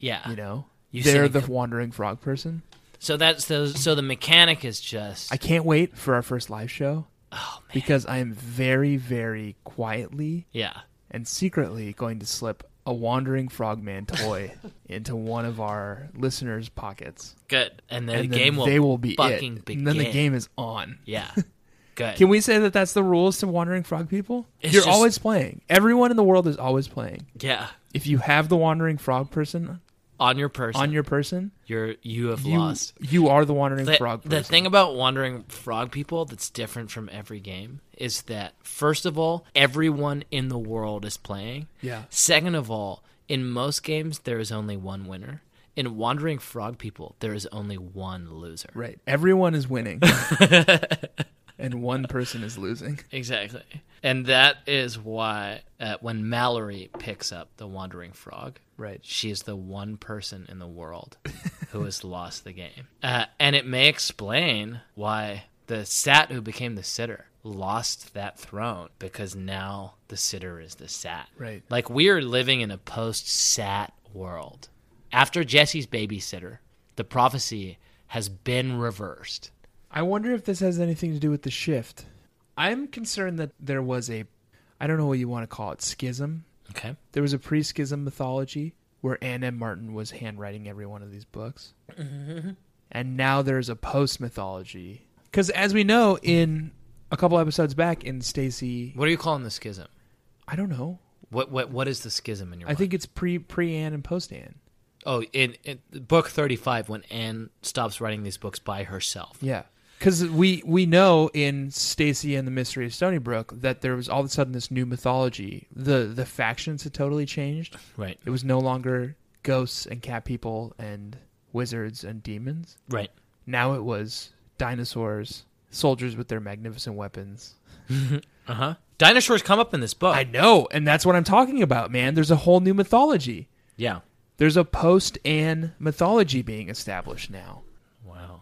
Speaker 2: Yeah.
Speaker 6: Uh, You know,
Speaker 2: You
Speaker 6: they're
Speaker 2: said
Speaker 6: the
Speaker 2: it.
Speaker 6: wandering frog person.
Speaker 2: So that's the so the mechanic is just
Speaker 6: I can't wait for our first live show
Speaker 2: Oh,
Speaker 6: because I am very, very quietly
Speaker 2: yeah.
Speaker 6: and secretly going to slip a wandering frogman toy into one of our listeners' pockets.
Speaker 2: Good. And then
Speaker 6: and
Speaker 2: the
Speaker 6: then
Speaker 2: game will
Speaker 6: they will be
Speaker 2: fucking
Speaker 6: it.
Speaker 2: begin.
Speaker 6: And then the game is on.
Speaker 2: Yeah. Good.
Speaker 6: Can we say that that's the rules to wandering frog people?
Speaker 2: It's
Speaker 6: You're
Speaker 2: just-
Speaker 6: always playing. Everyone in the world is always playing.
Speaker 2: yeah.
Speaker 6: If you have the wandering frog person
Speaker 2: On your person.
Speaker 6: on your person,
Speaker 2: You're you have
Speaker 6: you,
Speaker 2: lost.
Speaker 6: you are the wandering
Speaker 2: The,
Speaker 6: frog
Speaker 2: the
Speaker 6: person.
Speaker 2: thing about wandering frog people that's different from every game is that first of all, everyone in the world is playing.
Speaker 6: Yeah.
Speaker 2: Second of all, in most games there is only one winner. In wandering frog people, there is only one loser.
Speaker 6: Right. Everyone is winning. and one person is losing.
Speaker 2: Exactly. And that is why uh, when Mallory picks up the wandering frog,
Speaker 6: Right.
Speaker 2: she is the one person in the world who has lost the game. Uh, and it may explain why the sat who became the sitter lost that throne because now the sitter is the sat.
Speaker 6: Right.
Speaker 2: Like we are living in a post sat world. After Jesse's babysitter, the prophecy has been reversed.
Speaker 6: I wonder if this has anything to do with the shift. I'm concerned that there was a I don't know what you want to call it, schism.
Speaker 2: Okay.
Speaker 6: There was a pre schism mythology where Anna Martin was handwriting every one of these books. and now there's a post mythology. Because as we know, in a couple episodes back in Stacy,
Speaker 2: What are you calling the schism?
Speaker 6: I don't know.
Speaker 2: What what what is the schism in your
Speaker 6: I
Speaker 2: mind?
Speaker 6: think it's pre pre Anne and post Anne.
Speaker 2: Oh, in, in book 35, when Anne stops writing these books by herself.
Speaker 6: Yeah. Because we, we know in Stacy and the Mystery of Stony Brook that there was all of a sudden this new mythology. The the factions had totally changed.
Speaker 2: Right.
Speaker 6: It was no longer ghosts and cat people and wizards and demons.
Speaker 2: Right.
Speaker 6: Now it was dinosaurs, soldiers with their magnificent weapons.
Speaker 2: Uh huh. Dinosaurs come up in this book.
Speaker 6: I know, and that's what I'm talking about, man. There's a whole new mythology.
Speaker 2: yeah.
Speaker 6: There's a post Anne mythology being established now.
Speaker 2: Wow.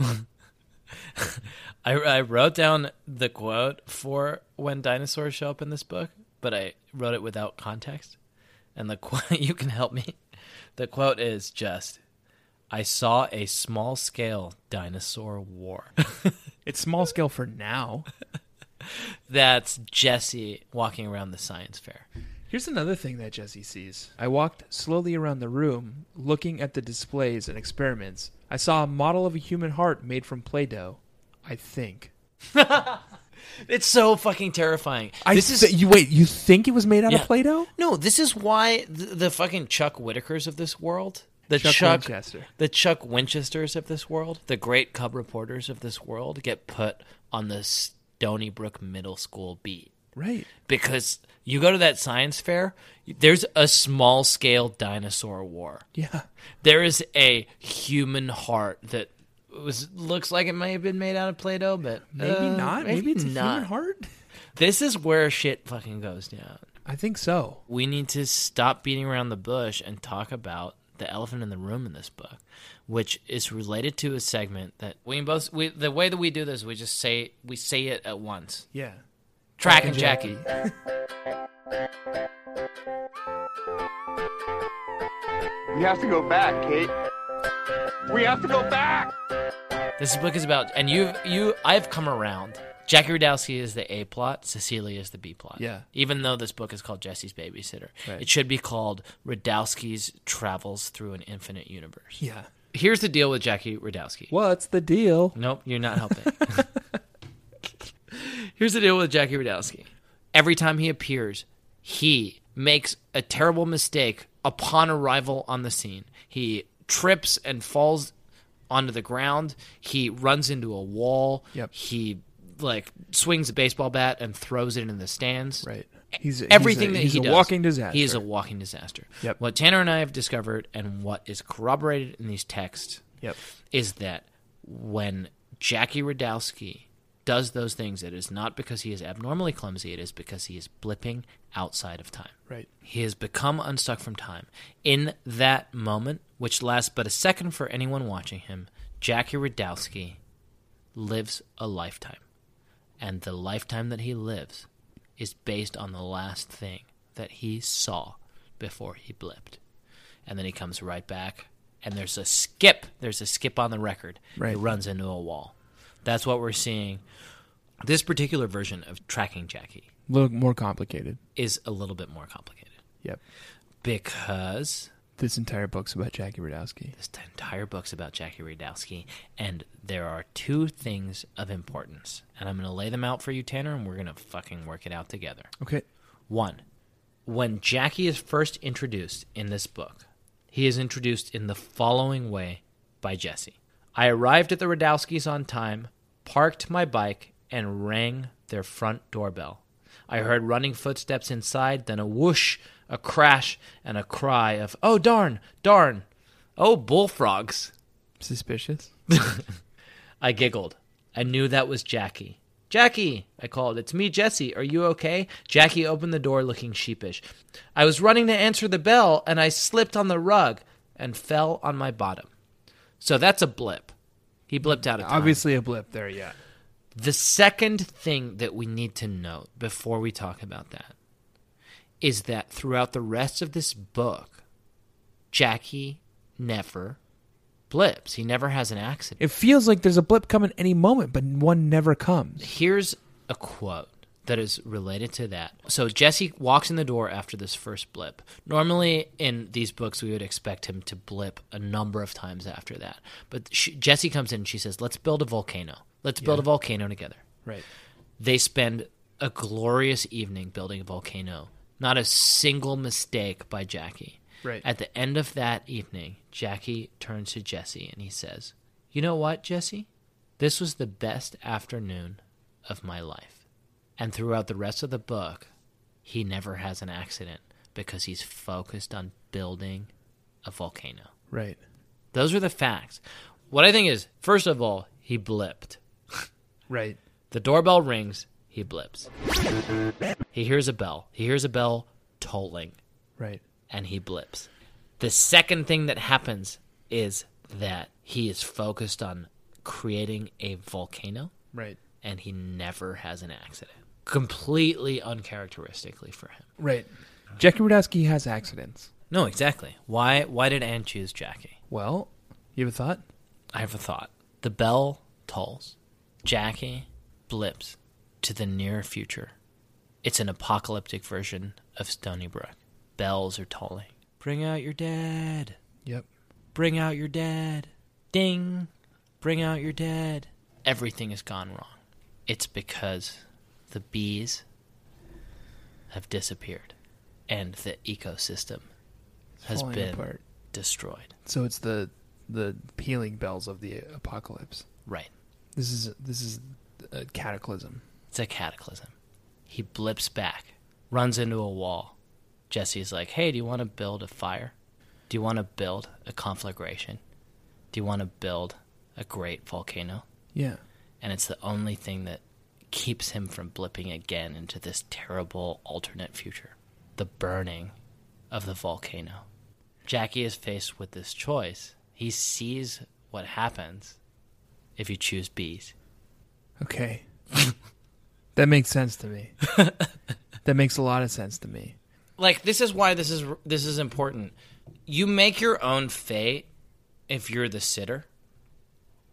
Speaker 2: I, I wrote down the quote for when dinosaurs show up in this book, but I wrote it without context. And the quote, you can help me. The quote is just, I saw a small scale dinosaur war.
Speaker 6: It's small scale for now.
Speaker 2: That's Jesse walking around the science fair.
Speaker 6: Here's another thing that Jesse sees. I walked slowly around the room, looking at the displays and experiments. I saw a model of a human heart made from Play Doh. I think.
Speaker 2: It's so fucking terrifying.
Speaker 6: I
Speaker 2: this is
Speaker 6: you wait, you think it was made out
Speaker 2: Yeah.
Speaker 6: of Play Doh?
Speaker 2: no. This is why the, the fucking Chuck Whitakers of this world, the Chuck,
Speaker 6: Chuck Winchester.
Speaker 2: the Chuck Winchesters of this world, the great Cub reporters of this world, get put on the Stony Brook Middle School beat
Speaker 6: Right.
Speaker 2: because you go to that science fair. There's a small scale dinosaur war.
Speaker 6: Yeah.
Speaker 2: There is a human heart that was looks like it may have been made out of Play-Doh, but
Speaker 6: Maybe
Speaker 2: uh,
Speaker 6: not. Maybe, it's a
Speaker 2: not.
Speaker 6: human heart.
Speaker 2: This is where shit fucking goes down.
Speaker 6: I think so.
Speaker 2: we need to stop beating around the bush and talk about the elephant in the room in this book, which is related to a segment that we both we the way that we do this, we just say we say it at once.
Speaker 6: Yeah.
Speaker 2: Track and Jackie.
Speaker 7: We have to go back, Kate. We have to go back.
Speaker 2: This book is about and you you I've come around. Jackie Rudowski is the A plot, Cecilia is the B plot.
Speaker 6: Yeah.
Speaker 2: Even though this book is called Jesse's Babysitter.
Speaker 6: Right.
Speaker 2: It should be called Radowski's Travels Through an Infinite Universe.
Speaker 6: Yeah.
Speaker 2: Here's the deal with Jackie Radowski.
Speaker 6: What's the deal?
Speaker 2: Nope, you're not helping. Here's the deal with Jackie Radowski. Every time he appears, he makes a terrible mistake upon arrival on the scene. He trips and falls onto the ground. He runs into a wall.
Speaker 6: Yep.
Speaker 2: He like swings a baseball bat and throws it in the stands
Speaker 6: Right. He's
Speaker 2: everything
Speaker 6: he's a,
Speaker 2: that
Speaker 6: he's
Speaker 2: he
Speaker 6: a
Speaker 2: does.
Speaker 6: walking disaster.
Speaker 2: He is a walking disaster.
Speaker 6: Yep.
Speaker 2: What Tanner and I have discovered, and what is corroborated in these texts,
Speaker 6: Yep.
Speaker 2: is that when Jackie Radowski does those things, it is not because he is abnormally clumsy. It is because he is blipping outside of time.
Speaker 6: Right.
Speaker 2: He has become unstuck from time. In that moment, which lasts but a second for anyone watching him, Jackie Radowski lives a lifetime. And the lifetime that he lives is based on the last thing that he saw before he blipped. and then he comes right back. And there's a skip. There's a skip on the record. He
Speaker 3: Right.
Speaker 2: runs into a wall. That's what we're seeing. This particular version of tracking Jackie
Speaker 3: A little more complicated.
Speaker 2: is a little bit more complicated
Speaker 3: Yep.
Speaker 2: because
Speaker 3: This entire book's about Jackie Radowski.
Speaker 2: this entire book's about Jackie Radowski, and there are two things of importance, and I'm going to lay them out for you, Tanner, and we're going to fucking work it out together.
Speaker 3: Okay.
Speaker 2: One, when Jackie is first introduced in this book, he is introduced in the following way by Jesse. I arrived at the Radowskis on time, parked my bike, and rang their front doorbell. I heard running footsteps inside, then a whoosh, a crash, and a cry of, oh darn, darn, oh bullfrogs.
Speaker 3: Suspicious.
Speaker 2: I giggled. I knew that was Jackie. Jackie, I called. It's me, Jesse. Are you okay? Jackie opened the door looking sheepish. I was running to answer the bell and I slipped on the rug and fell on my bottom. So that's a blip. He blipped out of time.
Speaker 3: Obviously a blip there, yeah.
Speaker 2: The second thing that we need to note before we talk about that is that throughout the rest of this book, Jackie never blips. He never has an accident.
Speaker 3: It feels like there's a blip coming any moment, but one never comes.
Speaker 2: Here's a quote that is related to that. So Jesse walks in the door after this first blip. Normally in these books, we would expect him to blip a number of times after that. But she, Jesse comes in and she says, Let's build a volcano. Let's build a volcano together.
Speaker 3: Right.
Speaker 2: They spend a glorious evening building a volcano. Not a single mistake by Jackie.
Speaker 3: Right.
Speaker 2: At the end of that evening, Jackie turns to Jesse and he says, You know what, Jesse? This was the best afternoon of my life. And throughout the rest of the book, he never has an accident because he's focused on building a volcano.
Speaker 3: Right.
Speaker 2: Those are the facts. What I think is, first of all, he blipped.
Speaker 3: Right.
Speaker 2: The doorbell rings, he blips. He hears a bell. He hears a bell tolling
Speaker 3: Right.
Speaker 2: and he blips. The second thing that happens is that he is focused on creating a volcano
Speaker 3: Right.
Speaker 2: and he never has an accident. Completely uncharacteristically for him.
Speaker 3: Right. Jackie Radowski has accidents.
Speaker 2: No, exactly. Why why did Anne choose Jackie?
Speaker 3: Well, you have a thought?
Speaker 2: I have a thought. The bell tolls. Jackie blips to the near future. It's an apocalyptic version of Stony Brook. Bells are tolling. Bring out your dead.
Speaker 3: Yep.
Speaker 2: Bring out your dead. Ding. Bring out your dead. Everything has gone wrong. It's because the bees have disappeared and the ecosystem has
Speaker 3: falling
Speaker 2: been
Speaker 3: apart.
Speaker 2: destroyed.
Speaker 3: So it's the the pealing bells of the apocalypse.
Speaker 2: Right.
Speaker 3: This is this is a cataclysm.
Speaker 2: It's a cataclysm. He blips back, runs into a wall. Jesse's like, hey, do you want to build a fire? Do you want to build a conflagration? Do you want to build a great volcano?
Speaker 3: Yeah.
Speaker 2: and it's the only thing that keeps him from blipping again into this terrible alternate future the burning of the volcano. Jackie is faced with this choice. He sees what happens if you choose bees.
Speaker 3: Okay. that makes sense to me. that makes a lot of sense to me.
Speaker 2: Like this is why this is this is important. You make your own fate if you're the sitter.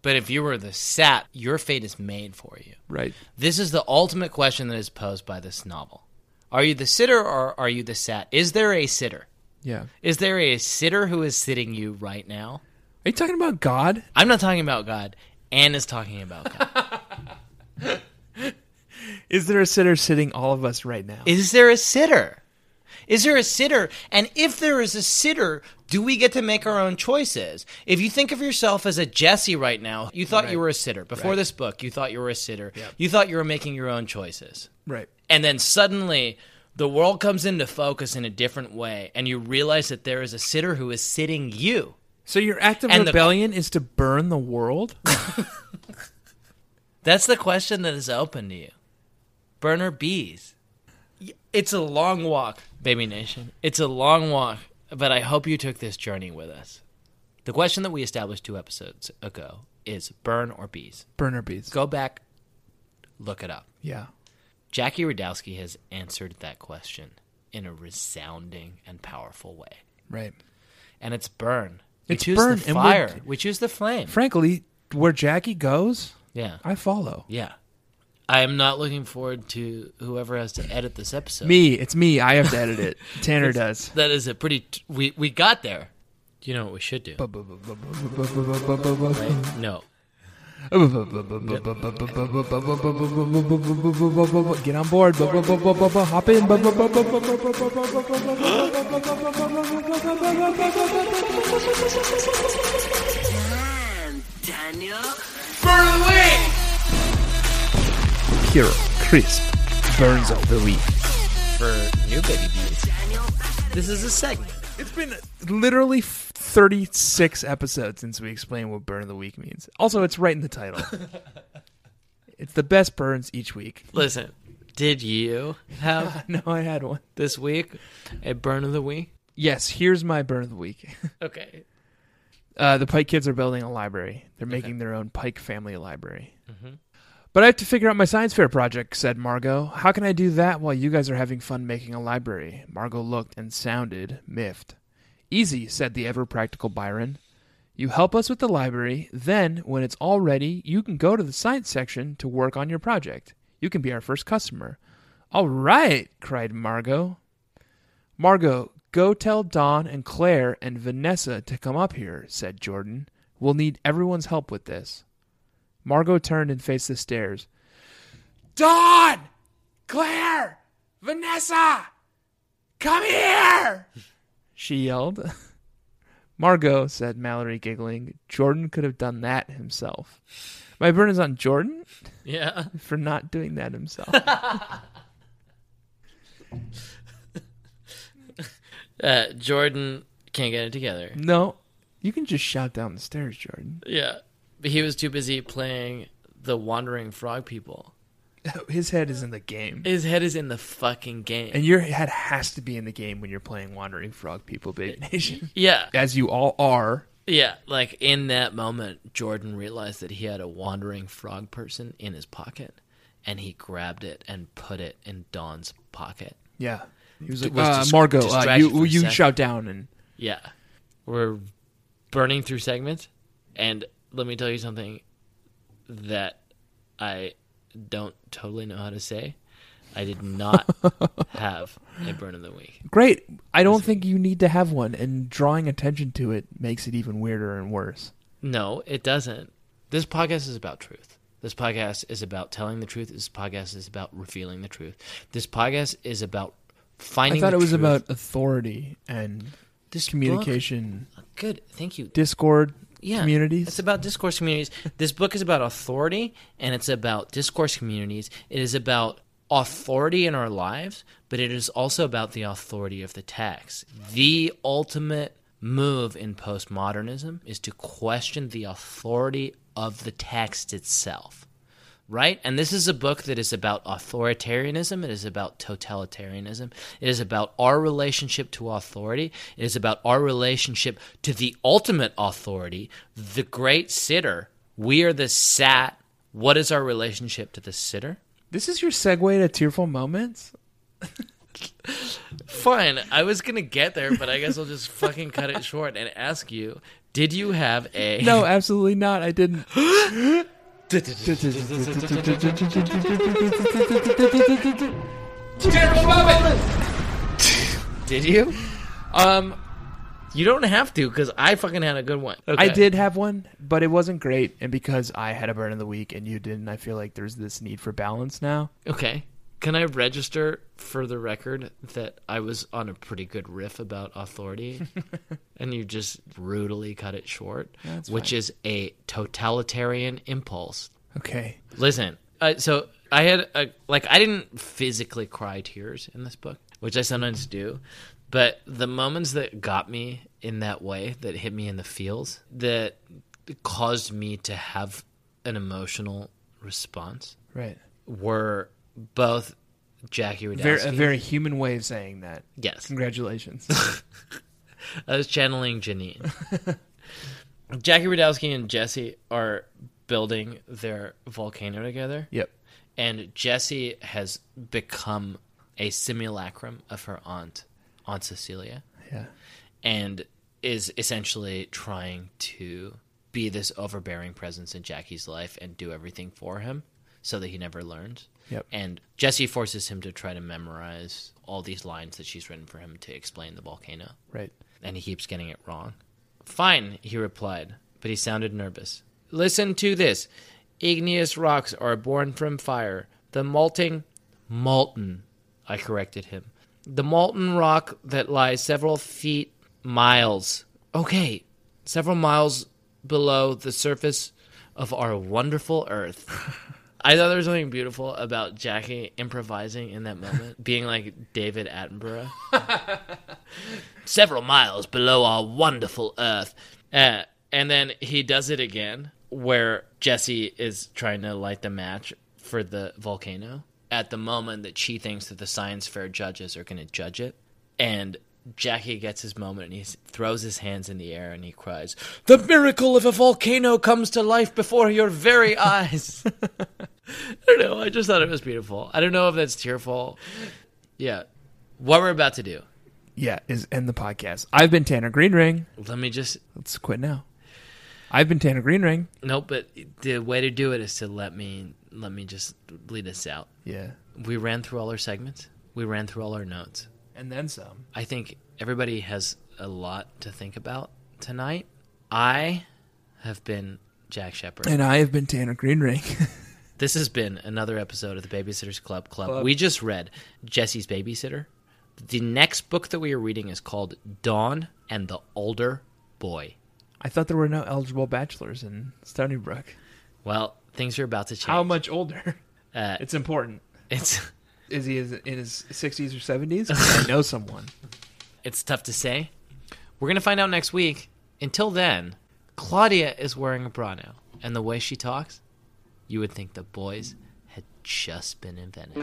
Speaker 2: But if you were the sap, your fate is made for you.
Speaker 3: Right.
Speaker 2: This is the ultimate question that is posed by this novel. Are you the sitter or are you the sat? Is there a sitter?
Speaker 3: Yeah. Are
Speaker 2: Is there a sitter who is sitting you right now?
Speaker 3: you talking about God?
Speaker 2: I'm not talking about God. Anne is talking about God.
Speaker 3: Is there a sitter sitting all of us right now?
Speaker 2: is there a sitter? Is there a sitter? And if there is a sitter, do we get to make our own choices? If you think of yourself as a Jesse right now, you thought you were a sitter. Before this book, you thought you were a sitter. You thought you were making your own choices.
Speaker 3: right.
Speaker 2: and then suddenly the world comes into focus in a different way and you realize that there is a sitter who is sitting you
Speaker 3: So your act of
Speaker 2: And the-
Speaker 3: rebellion is to burn the world?
Speaker 2: that's the question that is open to you burner bees Y- it's a long walk baby nation it's a long walk but i hope you took this journey with us the question that we established two episodes ago is burn or bees
Speaker 3: Burner bees.
Speaker 2: go back look it up
Speaker 3: Yeah.
Speaker 2: Jackie Radowski has answered that question in a resounding and powerful way.
Speaker 3: Right.
Speaker 2: and it's burn. We
Speaker 3: It's
Speaker 2: choose
Speaker 3: burn,
Speaker 2: the
Speaker 3: and
Speaker 2: fire.
Speaker 3: we're-
Speaker 2: we choose the flame.
Speaker 3: Frankly, where Jackie goes,
Speaker 2: yeah,
Speaker 3: I follow.
Speaker 2: yeah. I am not looking forward to whoever has to edit this episode.
Speaker 3: Me, it's me. I have to edit it. Tanner does.
Speaker 2: That is a pretty. T- we we got there. Do you know what we should do? Right? No.
Speaker 3: Get on board. Hop in. Pure, crisp, burns of the week.
Speaker 2: For new baby bees. This is a segment.
Speaker 3: It's been literally 36 episodes since we explained what burn of the week means. Also, it's right in the title. it's the best burns each week.
Speaker 2: Listen, did you have
Speaker 3: No, I had one.
Speaker 2: this week a burn of the week?
Speaker 3: Yes, here's my burn of the week.
Speaker 2: Okay.
Speaker 3: Uh, the Pike kids are building a library. They're making their own Pike family library.
Speaker 2: Mm-hmm.
Speaker 3: But I have to figure out my science fair project, said Margot. How can I do that while you guys are having fun making a library? Margot looked and sounded miffed. Easy, said the ever practical Byron. You help us with the library, then, when it's all ready, you can go to the science section to work on your project. You can be our first customer. All right, cried Margot. Margot, go tell Don and Claire and Vanessa to come up here, said Jordan. We'll need everyone's help with this. Margot turned and faced the stairs. Don! Claire! Vanessa! Come here! She yelled. Margot, said Mallory, giggling, Jordan could have done that himself. My burn is on Jordan
Speaker 2: Yeah.
Speaker 3: for not doing that himself.
Speaker 2: Uh, Jordan can't get it together.
Speaker 3: no, you can just shout down the stairs, Jordan.
Speaker 2: Yeah. But he was too busy playing the wandering frog people.
Speaker 3: His head is in the game.
Speaker 2: His head is in the fucking game.
Speaker 3: And your head has to be in the game when you're playing Wandering Frog People, Big Nation.
Speaker 2: yeah.
Speaker 3: As you all are.
Speaker 2: Yeah. Like in that moment, Jordan realized that he had a wandering frog person in his pocket and he grabbed it and put it in Dawn's pocket.
Speaker 3: Yeah. He was
Speaker 2: D-
Speaker 3: like,
Speaker 2: was
Speaker 3: uh,
Speaker 2: dis-
Speaker 3: Margo, uh,
Speaker 2: distracted for
Speaker 3: you,
Speaker 2: a
Speaker 3: you
Speaker 2: second.
Speaker 3: shout down. And
Speaker 2: Yeah. We're burning through segments. And let me tell you something that I don't totally know how to say. I did not have a burn of the week.
Speaker 3: Great. I don't think you need to have one. And drawing attention to it makes it even weirder and worse.
Speaker 2: No, it doesn't. This podcast is about truth. This podcast is about telling the truth. This podcast is about revealing the truth. This podcast is about
Speaker 3: I
Speaker 2: finding
Speaker 3: thought
Speaker 2: the
Speaker 3: it was
Speaker 2: truth.
Speaker 3: about authority and
Speaker 2: This
Speaker 3: communication,
Speaker 2: book- Good. Thank you.
Speaker 3: Discord
Speaker 2: yeah,
Speaker 3: communities.
Speaker 2: It's about discourse communities. this book is about authority and it's about discourse communities. It is about authority in our lives, but it is also about the authority of the text. The ultimate move in postmodernism is to question the authority of the text itself. Right? And this is a book that is about authoritarianism. It is about totalitarianism. It is about our relationship to authority. It is about our relationship to the ultimate authority, the great sitter. We are the sat. What is our relationship to the sitter?
Speaker 3: this is your segue to tearful moments?
Speaker 2: Fine. I was going to get there, but I guess I'll just fucking cut it short and ask you Did you have a.
Speaker 3: No, "Oh, absolutely not. I didn't.
Speaker 2: Did you?
Speaker 3: Um,
Speaker 2: You don't have to because I fucking had a good one.
Speaker 3: I did have one, but it wasn't great. And because I had a burn of the week and you didn't, I feel like there's this need for balance now.
Speaker 2: Okay. Can I register for the record that I was on a pretty good riff about authority and you just brutally cut it short, which is a totalitarian impulse.
Speaker 3: Okay.
Speaker 2: Listen, uh, so I had a, like, I didn't physically cry tears in this book, which I sometimes do, but the moments that got me in that way, that hit me in the feels, that caused me to have an emotional response
Speaker 3: Right.
Speaker 2: were both Jackie Radowski.
Speaker 3: Very, a
Speaker 6: uh,
Speaker 3: very human way of saying that.
Speaker 2: yes,
Speaker 3: Congratulations.
Speaker 2: I was channeling Janine. Jackie Radowski and Jesse are building their volcano together,
Speaker 3: yep.
Speaker 2: and Jesse has become a simulacrum of her aunt, Aunt Cecilia,
Speaker 3: Yeah.
Speaker 2: and is essentially trying to be this overbearing presence in Jackie's life and do everything for him so that he never learns.
Speaker 3: Yep.
Speaker 2: And Jesse forces him to try to memorize all these lines that she's written for him to explain the volcano.
Speaker 3: Right.
Speaker 2: And he keeps getting it wrong. Fine, he replied, but he sounded nervous. Listen to this. Igneous rocks are born from fire. The molting. Molten, I corrected him. The molten rock that lies several feet miles. Okay, several miles below the surface of our wonderful Earth. I thought there was something beautiful about Jackie improvising in that moment, being like David Attenborough several miles below our wonderful Earth. Uh, and then he does it again, where Jesse is trying to light the match for the volcano at the moment that she thinks that the science fair judges are going to judge it. And Jackie gets his moment and he s- throws his hands in the air and he cries, The miracle of a volcano comes to life before your very eyes. I don't know. I just thought it was beautiful. I don't know if that's tearful. Yeah. What we're about to do.
Speaker 3: Yeah, is end the podcast. I've been Tanner Greenring.
Speaker 2: Let me just
Speaker 3: Let's quit now. I've been Tanner Greenring.
Speaker 2: Nope, but the way to do it is to let me let me just lead us out.
Speaker 3: Yeah.
Speaker 2: We ran through all our segments. We ran through all our notes.
Speaker 3: And then some.
Speaker 2: I think everybody has a lot to think about tonight. I have been Jack Shepard.
Speaker 3: And I have been Tanner Greenring.
Speaker 2: this has been another episode of the Babysitters Club Club.
Speaker 3: Club.
Speaker 2: We just read Jesse's Babysitter. The next book that we are reading is called Dawn and the Older Boy.
Speaker 3: I thought there were no eligible bachelors in Stony Brook.
Speaker 2: Well, things are about to change.
Speaker 3: How much older?
Speaker 2: Uh,
Speaker 3: It's important.
Speaker 2: it's
Speaker 3: Is he is- in his 60s or 70s? 'Cause I know someone.
Speaker 2: It's tough to say. We're going to find out next week. Until then, Claudia is wearing a bra now, and the way she talks, you would think the boys had just been invented.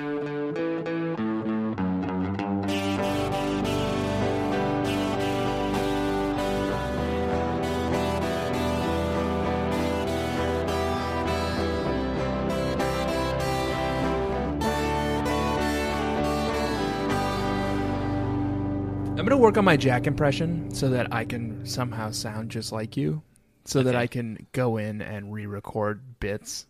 Speaker 3: I'm going to work on my Jack impression so that I can somehow sound just like you, so that I can go in and re record bits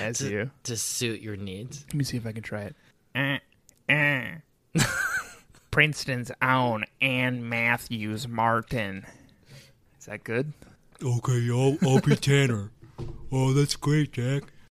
Speaker 3: as you.
Speaker 2: To suit your needs.
Speaker 3: Let me see if I can try it. eh. Princeton's own Ann Matthews Martin. Is that good?
Speaker 8: Okay, I'll, I'll be Tanner. Oh, that's great, Jack.